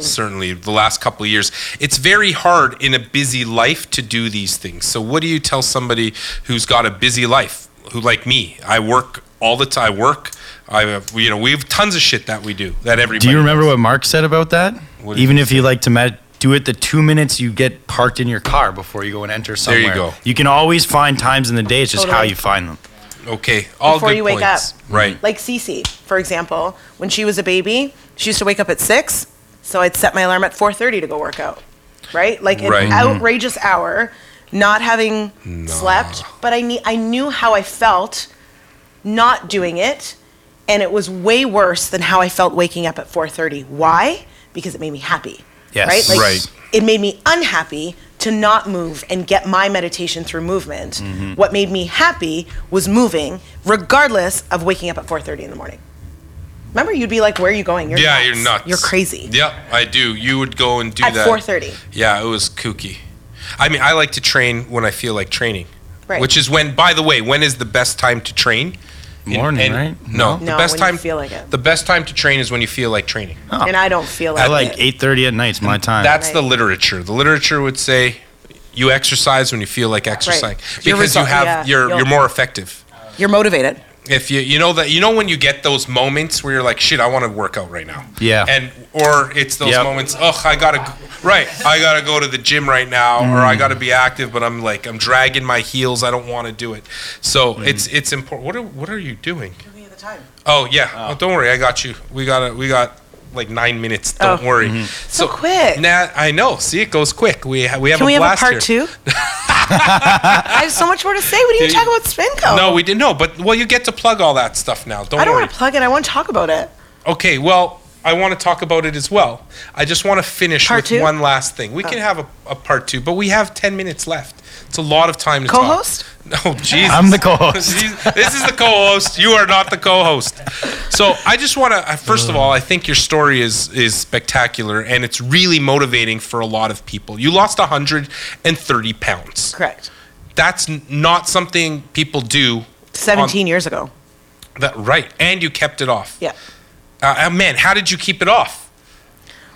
Speaker 1: certainly the last couple of years, it's very hard in a busy life to do these things. So, what do you tell somebody who's got a busy life, who like me? I work all the time. I work. I have, you know, we have tons of shit that we do that everybody.
Speaker 3: Do you remember
Speaker 1: does.
Speaker 3: what Mark said about that?
Speaker 1: What did
Speaker 3: Even if you like to med- do it the two minutes you get parked in your car before you go and enter somewhere.
Speaker 1: you go.
Speaker 3: You can always find times in the day. It's just how
Speaker 2: Totally.
Speaker 3: you find them.
Speaker 1: Okay. All
Speaker 2: before
Speaker 1: good
Speaker 2: you wake
Speaker 1: points.
Speaker 2: up.
Speaker 1: Right.
Speaker 2: Like Cece, for example, when she was a baby, she used to wake up at six, so I'd set my alarm at four thirty to go work out. Right? Like an
Speaker 1: Right. Mhm.
Speaker 2: outrageous hour, not having slept, but I need I knew how I felt not doing it, and it was way worse than how I felt waking up at four thirty. Why? Because it made me happy.
Speaker 3: Yes.
Speaker 2: Right?
Speaker 1: Right.
Speaker 2: it made me unhappy to not move and get my meditation through movement.
Speaker 1: Mm-hmm.
Speaker 2: What made me happy was moving, regardless of waking up at 4:30 in the morning. Remember, you'd be like, "Where are you going? You're
Speaker 1: yeah,
Speaker 2: nuts.
Speaker 1: you're nuts.
Speaker 2: You're crazy."
Speaker 1: Yep, I do. You would go and do
Speaker 2: At
Speaker 1: that
Speaker 2: 4:30.
Speaker 1: Yeah, it was kooky. I mean, I like to train when I feel like training,
Speaker 2: Right.
Speaker 1: which is when. By the way, when is the best time to train? In-
Speaker 3: Morning,
Speaker 1: and-
Speaker 3: right?
Speaker 1: No, the
Speaker 2: No,
Speaker 1: best
Speaker 2: when
Speaker 1: time.
Speaker 2: you feel like it.
Speaker 1: The best time to train is when you feel like training.
Speaker 2: And I don't feel like
Speaker 3: Oh, I like
Speaker 2: it.
Speaker 3: 8:30 at night's my time.
Speaker 1: That's
Speaker 2: Right.
Speaker 1: the literature. The literature would say you exercise when you feel like exercising
Speaker 2: Your
Speaker 1: because you
Speaker 2: result-
Speaker 1: have
Speaker 2: yeah,
Speaker 1: you're
Speaker 2: you'll-
Speaker 1: you're more effective.
Speaker 2: You're motivated.
Speaker 1: if you you know that you know when you get those moments where you're like shit I want to work out right now
Speaker 3: Yeah.
Speaker 1: and or it's those
Speaker 3: Yep.
Speaker 1: moments ugh I gotta g- right I gotta go to the gym right now or
Speaker 3: Mm.
Speaker 1: I gotta be active but I'm like I'm dragging my heels I don't want to do it so
Speaker 3: Mm.
Speaker 1: it's it's important what are what are you doing oh yeah oh. don't worry I got you we got to we got like nine minutes don't
Speaker 2: Oh.
Speaker 1: worry
Speaker 3: Mm-hmm.
Speaker 2: So quick.
Speaker 1: nah I know see it goes quick we ha- we have
Speaker 2: Can
Speaker 1: a
Speaker 2: we have a
Speaker 1: blast
Speaker 2: part
Speaker 1: here.
Speaker 2: two? I have so much more to say. What are you
Speaker 1: Did-
Speaker 2: talking about, Spinco?
Speaker 1: no we didn't no but well you get to plug all that stuff now don't
Speaker 2: I don't
Speaker 1: worry
Speaker 2: want to plug it. I want to talk about it.
Speaker 1: okay well I want to talk about it as well. I just want to finish
Speaker 2: Part
Speaker 1: with
Speaker 2: two? Oh.
Speaker 1: one last thing. We can have a, a part two, but we have 10 minutes left. It's a lot of time to
Speaker 2: Co-host?
Speaker 1: talk. Co-host? No, Jesus.
Speaker 3: I'm the co-host.
Speaker 1: Jeez, this is the co-host. You are not the co-host. So I just want to. First of all, I think your story is is spectacular, and it's really motivating for a lot of people. You lost 130 pounds.
Speaker 2: Correct.
Speaker 1: That's n- not something people do.
Speaker 2: 17 years ago.
Speaker 1: on- that, right, and you kept it off.
Speaker 2: Yeah.
Speaker 1: Uh, uh, man, how did you keep it off?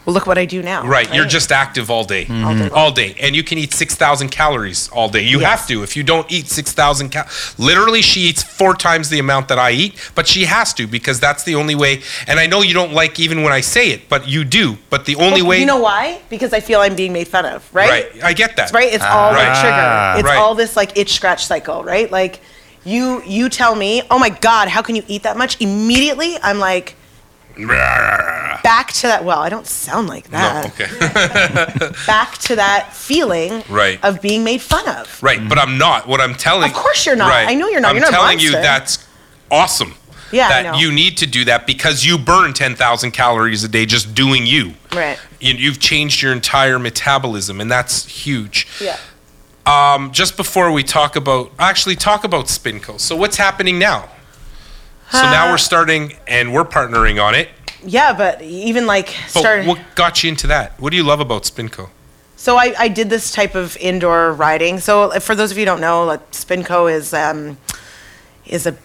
Speaker 2: Well, look what I do now.
Speaker 1: Right, you're just active all day, all, day
Speaker 2: long.
Speaker 1: and you can eat six thousand calories all day. You
Speaker 2: Yes.
Speaker 1: have to if you don't eat six thousand cal. Literally, she eats four times the amount that I eat, but she has to because that's the only way. And I know you don't like even when I say it, but you do. But the only
Speaker 2: Well,
Speaker 1: way,
Speaker 2: Oh, You know why? Because I feel I'm being made fun of, right?
Speaker 1: right? I get that.
Speaker 2: Right? It's all
Speaker 1: Right.
Speaker 2: the trigger. It's
Speaker 1: Right.
Speaker 2: all this like itch scratch cycle, right? Like you you tell me, "Oh my god, how can you eat that much?" Immediately, I'm like back to that well, I don't sound like
Speaker 1: Ah. No,
Speaker 2: that.
Speaker 1: okay.
Speaker 2: Back to that feeling
Speaker 1: Right.
Speaker 2: of being made fun of.
Speaker 1: right, but I'm not. What I'm telling.
Speaker 2: Of course you're not.
Speaker 1: Right.
Speaker 2: I know you're not.
Speaker 1: I'm
Speaker 2: You're not a
Speaker 1: telling you
Speaker 2: monster.
Speaker 1: that's awesome.
Speaker 2: Yeah, I
Speaker 1: that
Speaker 2: know.
Speaker 1: you need to do that because you burn ten thousand calories a day just doing you.
Speaker 2: Right.
Speaker 1: you, you've changed your entire metabolism, and that's huge.
Speaker 2: Yeah.
Speaker 1: Um, just before we talk about, actually, talk about Spinco. So what's happening now? So now
Speaker 2: Uh,
Speaker 1: we're starting, and we're partnering on it.
Speaker 2: Yeah, but even like
Speaker 1: But
Speaker 2: starting
Speaker 1: what got you into that? What do you love about Spinco?
Speaker 2: So I, I did this type of indoor riding. So for those of you who don't know, like Spinco is um, is a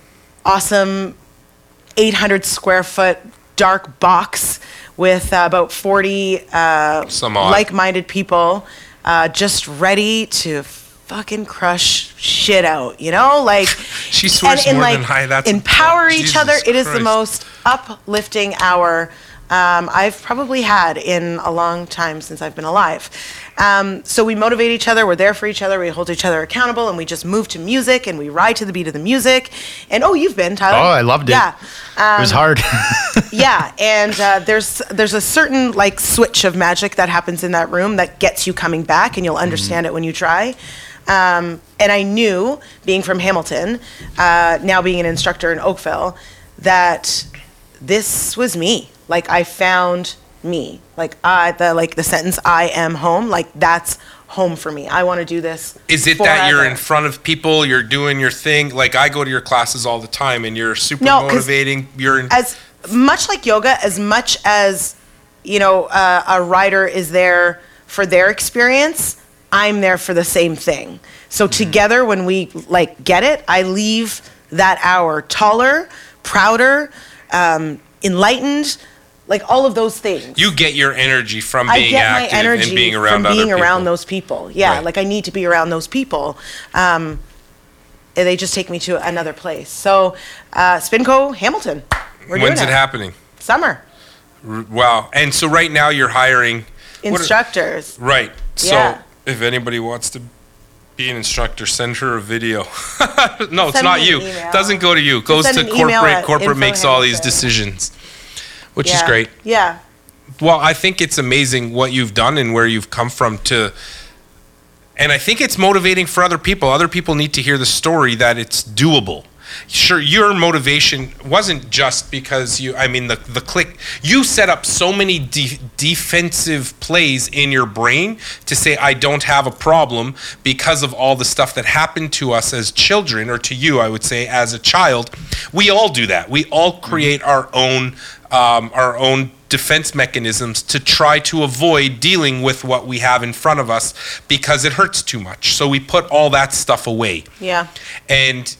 Speaker 2: awesome 800 square foot dark box with uh, about 40 uh,
Speaker 1: Some odd.
Speaker 2: like-minded people uh, just ready to fucking crush shit out. You know, like
Speaker 1: She swears
Speaker 2: and, and,
Speaker 1: more
Speaker 2: like,
Speaker 1: than I. That's
Speaker 2: empower each
Speaker 1: Jesus
Speaker 2: other. It is the
Speaker 1: Christ.
Speaker 2: most uplifting hour um, I've probably had in a long time since I've been alive. Um, so we motivate each other. We're there for each other. We hold each other accountable, and we just move to music and we ride to the beat of the music. And oh, you've been Tyler.
Speaker 3: Oh, I loved it.
Speaker 2: Yeah,
Speaker 3: it
Speaker 2: Um,
Speaker 3: was hard.
Speaker 2: yeah. And uh, there's there's a certain like switch of magic that happens in that room that gets you coming back, and you'll
Speaker 1: Mm-hmm.
Speaker 2: understand it when you try. Um, and I knew, being from Hamilton, uh, now being an instructor in Oakville, that this was me. Like I found me. Like I the like the sentence "I am home." Like that's home for me. I want to do this.
Speaker 1: Is it that you're
Speaker 2: forever.
Speaker 1: in front of people, you're doing your thing? Like I go to your classes all the time, and you're super
Speaker 2: No, 'cause
Speaker 1: motivating. You're in,
Speaker 2: as much like yoga, as much as you know, uh, a rider is there for their experience. I'm there for the same thing. So
Speaker 1: Mm-hmm.
Speaker 2: together, when we like get it, I leave that hour taller, prouder, um, enlightened, like all of those things.
Speaker 1: you get your energy from
Speaker 2: I
Speaker 1: being
Speaker 2: get my
Speaker 1: active
Speaker 2: energy
Speaker 1: and being around
Speaker 2: from being
Speaker 1: other
Speaker 2: around
Speaker 1: people.
Speaker 2: those people. Yeah,
Speaker 1: Right.
Speaker 2: like I need to be around those people. Um, and they just take me to another place. So, uh, Spinco Hamilton. We're doing
Speaker 1: When's it happening?
Speaker 2: Summer.
Speaker 1: R- Wow. And so right now you're hiring what are-
Speaker 2: instructors.
Speaker 1: right. So
Speaker 2: Yeah.
Speaker 1: if anybody wants to be an instructor, send her a video. no, it's
Speaker 2: Send
Speaker 1: not
Speaker 2: me an
Speaker 1: you.
Speaker 2: email.
Speaker 1: It doesn't go to you. It goes
Speaker 2: send
Speaker 1: to
Speaker 2: an email
Speaker 1: corporate.
Speaker 2: at
Speaker 1: Corporate makes all these
Speaker 2: infohamilton.
Speaker 1: decisions. Which is
Speaker 2: Yeah.
Speaker 1: great.
Speaker 2: Yeah.
Speaker 1: Well, I think it's amazing what you've done and where you've come from to and I think it's motivating for other people. Other people need to hear the story that it's doable. Sure, your motivation wasn't just because you. I mean, the the click you set up so many de- defensive plays in your brain to say I don't have a problem because of all the stuff that happened to us as children, or to you, I would say, as a child. We all do that. We all create our own um, our own defense mechanisms to try to avoid dealing with what we have in front of us because it hurts too much. So we put all that stuff away.
Speaker 2: Yeah.
Speaker 1: And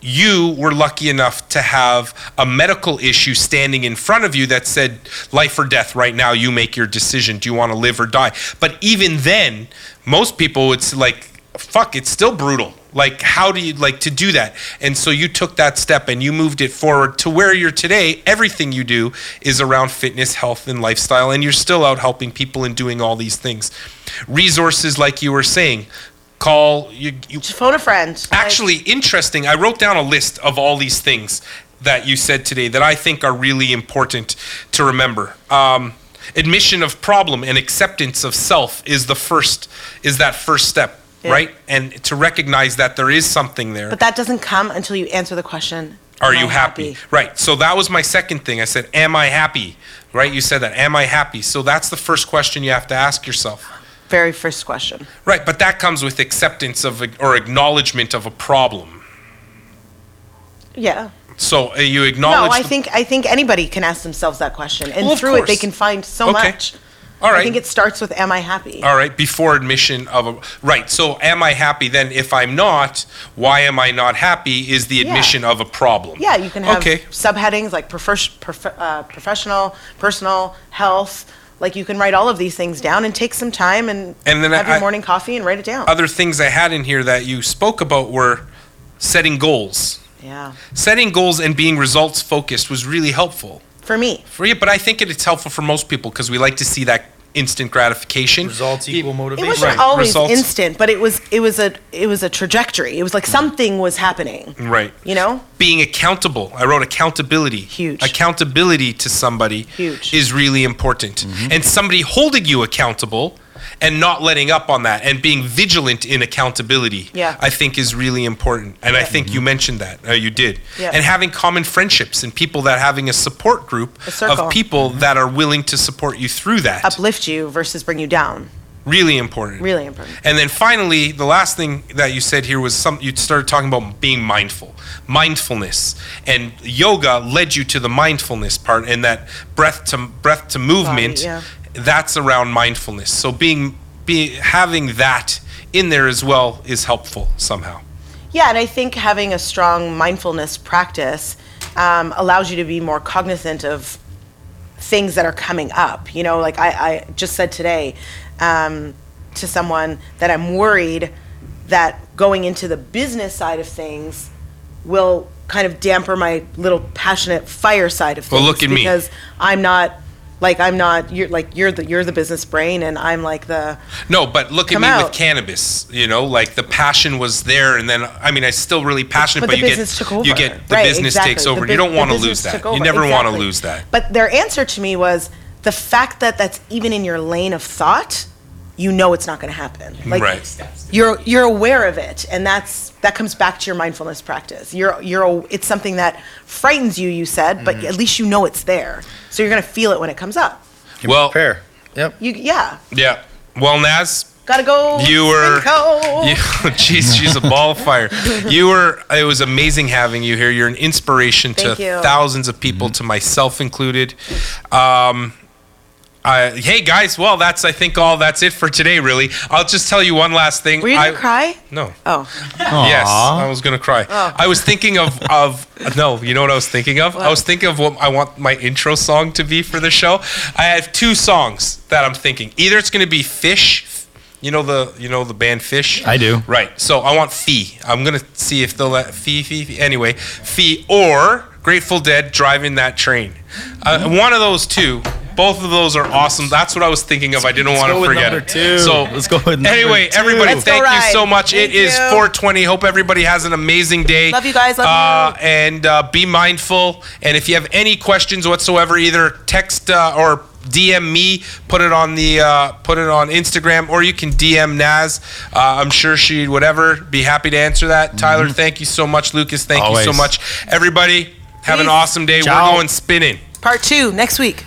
Speaker 1: you were lucky enough to have a medical issue standing in front of you that said, life or death right now, you make your decision. Do you want to live or die? But even then, most people, it's like, fuck, it's still brutal. Like, how do you like to do that? And so you took that step and you moved it forward to where you're today. Everything you do is around fitness, health, and lifestyle. And you're still out helping people and doing all these things. Resources, like you were saying, call you, you
Speaker 2: Just phone a friend.
Speaker 1: actually interesting. I wrote down a list of all these things that you said today that I think are really important to remember. Um, admission of problem and acceptance of self is the first is that first step,
Speaker 2: Yeah.
Speaker 1: right? And to recognize that there is something there.
Speaker 2: but that doesn't come until you answer the question
Speaker 1: Are
Speaker 2: Am
Speaker 1: you
Speaker 2: I
Speaker 1: happy?
Speaker 2: happy?
Speaker 1: Right. So that was my second thing. I said, Am I happy? Right? You said that. Am I happy? So that's the first question you have to ask yourself.
Speaker 2: Very first question.
Speaker 1: Right. But that comes with acceptance of or acknowledgement of a problem.
Speaker 2: Yeah.
Speaker 1: So uh, you
Speaker 2: No,
Speaker 1: acknowledge.
Speaker 2: I
Speaker 1: the-
Speaker 2: think I think anybody can ask themselves that question, and
Speaker 1: Well, of
Speaker 2: through it they
Speaker 1: course.
Speaker 2: can find so
Speaker 1: Okay.
Speaker 2: much.
Speaker 1: All right.
Speaker 2: I think it starts with "Am I happy?"
Speaker 1: All right, before admission of a right. So, am I happy then? If I'm not, why am I not happy? Is the admission of a problem?
Speaker 2: Yeah, you can have
Speaker 1: Okay,
Speaker 2: subheadings like prof- prof- uh, professional, personal, health. Like you can write all of these things down and take some time and,
Speaker 1: And then
Speaker 2: have your
Speaker 1: I-
Speaker 2: morning coffee and write it down.
Speaker 1: other things I had in here that you spoke about were setting goals.
Speaker 2: yeah,
Speaker 1: Setting goals and being results focused was really helpful
Speaker 2: for me,
Speaker 1: for you, but I think it- it's helpful for most people because we like to see that instant gratification.
Speaker 3: Results
Speaker 1: E-
Speaker 3: equal
Speaker 2: it
Speaker 3: motivation.
Speaker 2: wasn't
Speaker 1: Right,
Speaker 2: always
Speaker 1: results.
Speaker 2: instant, but it was it was a it was a trajectory. It was
Speaker 1: Mm.
Speaker 2: like something was happening.
Speaker 1: Right.
Speaker 2: You know,
Speaker 1: Being accountable. I wrote accountability.
Speaker 2: Huge.
Speaker 1: Accountability to somebody
Speaker 2: Huge.
Speaker 1: is really important. And somebody holding you accountable and not letting up on that and being vigilant in accountability,
Speaker 2: Yeah.
Speaker 1: I think is really important. And I
Speaker 2: Yeah.
Speaker 1: think you mentioned that. Uh, you did.
Speaker 2: Yeah.
Speaker 1: And having common friendships and people that having a support group
Speaker 2: A circle.
Speaker 1: of people that are willing to support you through that.
Speaker 2: uplift you versus bring you down.
Speaker 1: really important.
Speaker 2: Really important.
Speaker 1: And then finally, the last thing that you said here was some. You started talking about being mindful, mindfulness, and yoga led you to the mindfulness part and that breath to breath to movement.
Speaker 2: yeah.
Speaker 1: That's around mindfulness. So being be having that in there as well is helpful somehow.
Speaker 2: Yeah, and I think having a strong mindfulness practice um, allows you to be more cognizant of things that are coming up. You know, like I, I just said today um, to someone that I'm worried that going into the business side of things will kind of damper my little passionate fire side of things.
Speaker 1: Well, look at me.
Speaker 2: because I'm not like I'm not you're like you're the you're the business brain and I'm like the
Speaker 1: No, but look
Speaker 2: Come
Speaker 1: at me
Speaker 2: out.
Speaker 1: with cannabis. You know, like the passion was there, and then I mean, I still really passionate,
Speaker 2: but,
Speaker 1: but,
Speaker 2: the
Speaker 1: you
Speaker 2: business
Speaker 1: get
Speaker 2: took over.
Speaker 1: you get the
Speaker 2: Right,
Speaker 1: business
Speaker 2: exactly.
Speaker 1: takes
Speaker 2: The
Speaker 1: over.
Speaker 2: bus-
Speaker 1: you don't
Speaker 2: the
Speaker 1: want to
Speaker 2: business
Speaker 1: lose that.
Speaker 2: took over,
Speaker 1: You never want to
Speaker 2: exactly.
Speaker 1: lose that.
Speaker 2: But their answer to me was the fact that that's even in your lane of thought, you know it's not going to happen. Like
Speaker 1: Right.
Speaker 4: Steps.
Speaker 2: you're you're aware of it, and that's that comes back to your mindfulness practice. You're you're aw- it's something that frightens you. You said, but
Speaker 1: Mm-hmm.
Speaker 2: at least you know it's there, so you're going to feel it when it comes up.
Speaker 1: well,
Speaker 3: Fair. Yep.
Speaker 2: You yeah,
Speaker 1: yeah. Well, Naz,
Speaker 2: gotta go.
Speaker 1: You were-
Speaker 2: Sprinko.
Speaker 1: You, geez, she's a ball of fire. You were. It was amazing having you here. You're an inspiration
Speaker 2: Thank
Speaker 1: to
Speaker 2: you.
Speaker 1: thousands of people, to myself included. Um, I, hey guys, well, that's I think all. That's it for today. Really, I'll just tell you one last thing.
Speaker 2: Were you gonna
Speaker 1: I-
Speaker 2: cry?
Speaker 1: No.
Speaker 2: Oh,
Speaker 1: Yes, I was gonna cry. I was thinking of of no, you know what I was thinking of? I was thinking of what I want my intro song to be for the show. I have two songs that I'm thinking. Either it's gonna be Fish, you know the you know the band Fish.
Speaker 3: I do.
Speaker 1: Right. So I want Fee. I'm gonna see if they'll let Fee Fee, Fee. anyway Fee or Grateful Dead driving that train. Uh, one of those two. Both of those are awesome. That's what I was thinking of. I didn't want
Speaker 3: go
Speaker 1: to
Speaker 3: with
Speaker 1: forget
Speaker 3: number
Speaker 1: it.
Speaker 3: two.
Speaker 1: So
Speaker 3: Let's go with number
Speaker 1: anyway,
Speaker 3: two.
Speaker 1: everybody,
Speaker 2: Let's go
Speaker 1: thank you
Speaker 2: ride.
Speaker 1: so much.
Speaker 2: Thank
Speaker 1: it is
Speaker 2: you.
Speaker 1: 420. Hope everybody has an amazing day.
Speaker 2: Love you guys. Love
Speaker 1: uh, And uh, be mindful. And if you have any questions whatsoever, either text uh, or DM me. Put it on the uh, put it on Instagram, or you can DM Naz. Uh, I'm sure she'd whatever be happy to answer that. Tyler, thank you so much. Lucas, thank you
Speaker 3: Mm-hmm. Always.
Speaker 1: so much. Everybody, have an
Speaker 2: Peace.
Speaker 1: awesome day.
Speaker 3: Ciao.
Speaker 1: We're going spinning.
Speaker 2: part two next week.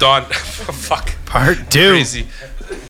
Speaker 1: Don, fuck,
Speaker 3: Part two.
Speaker 1: crazy.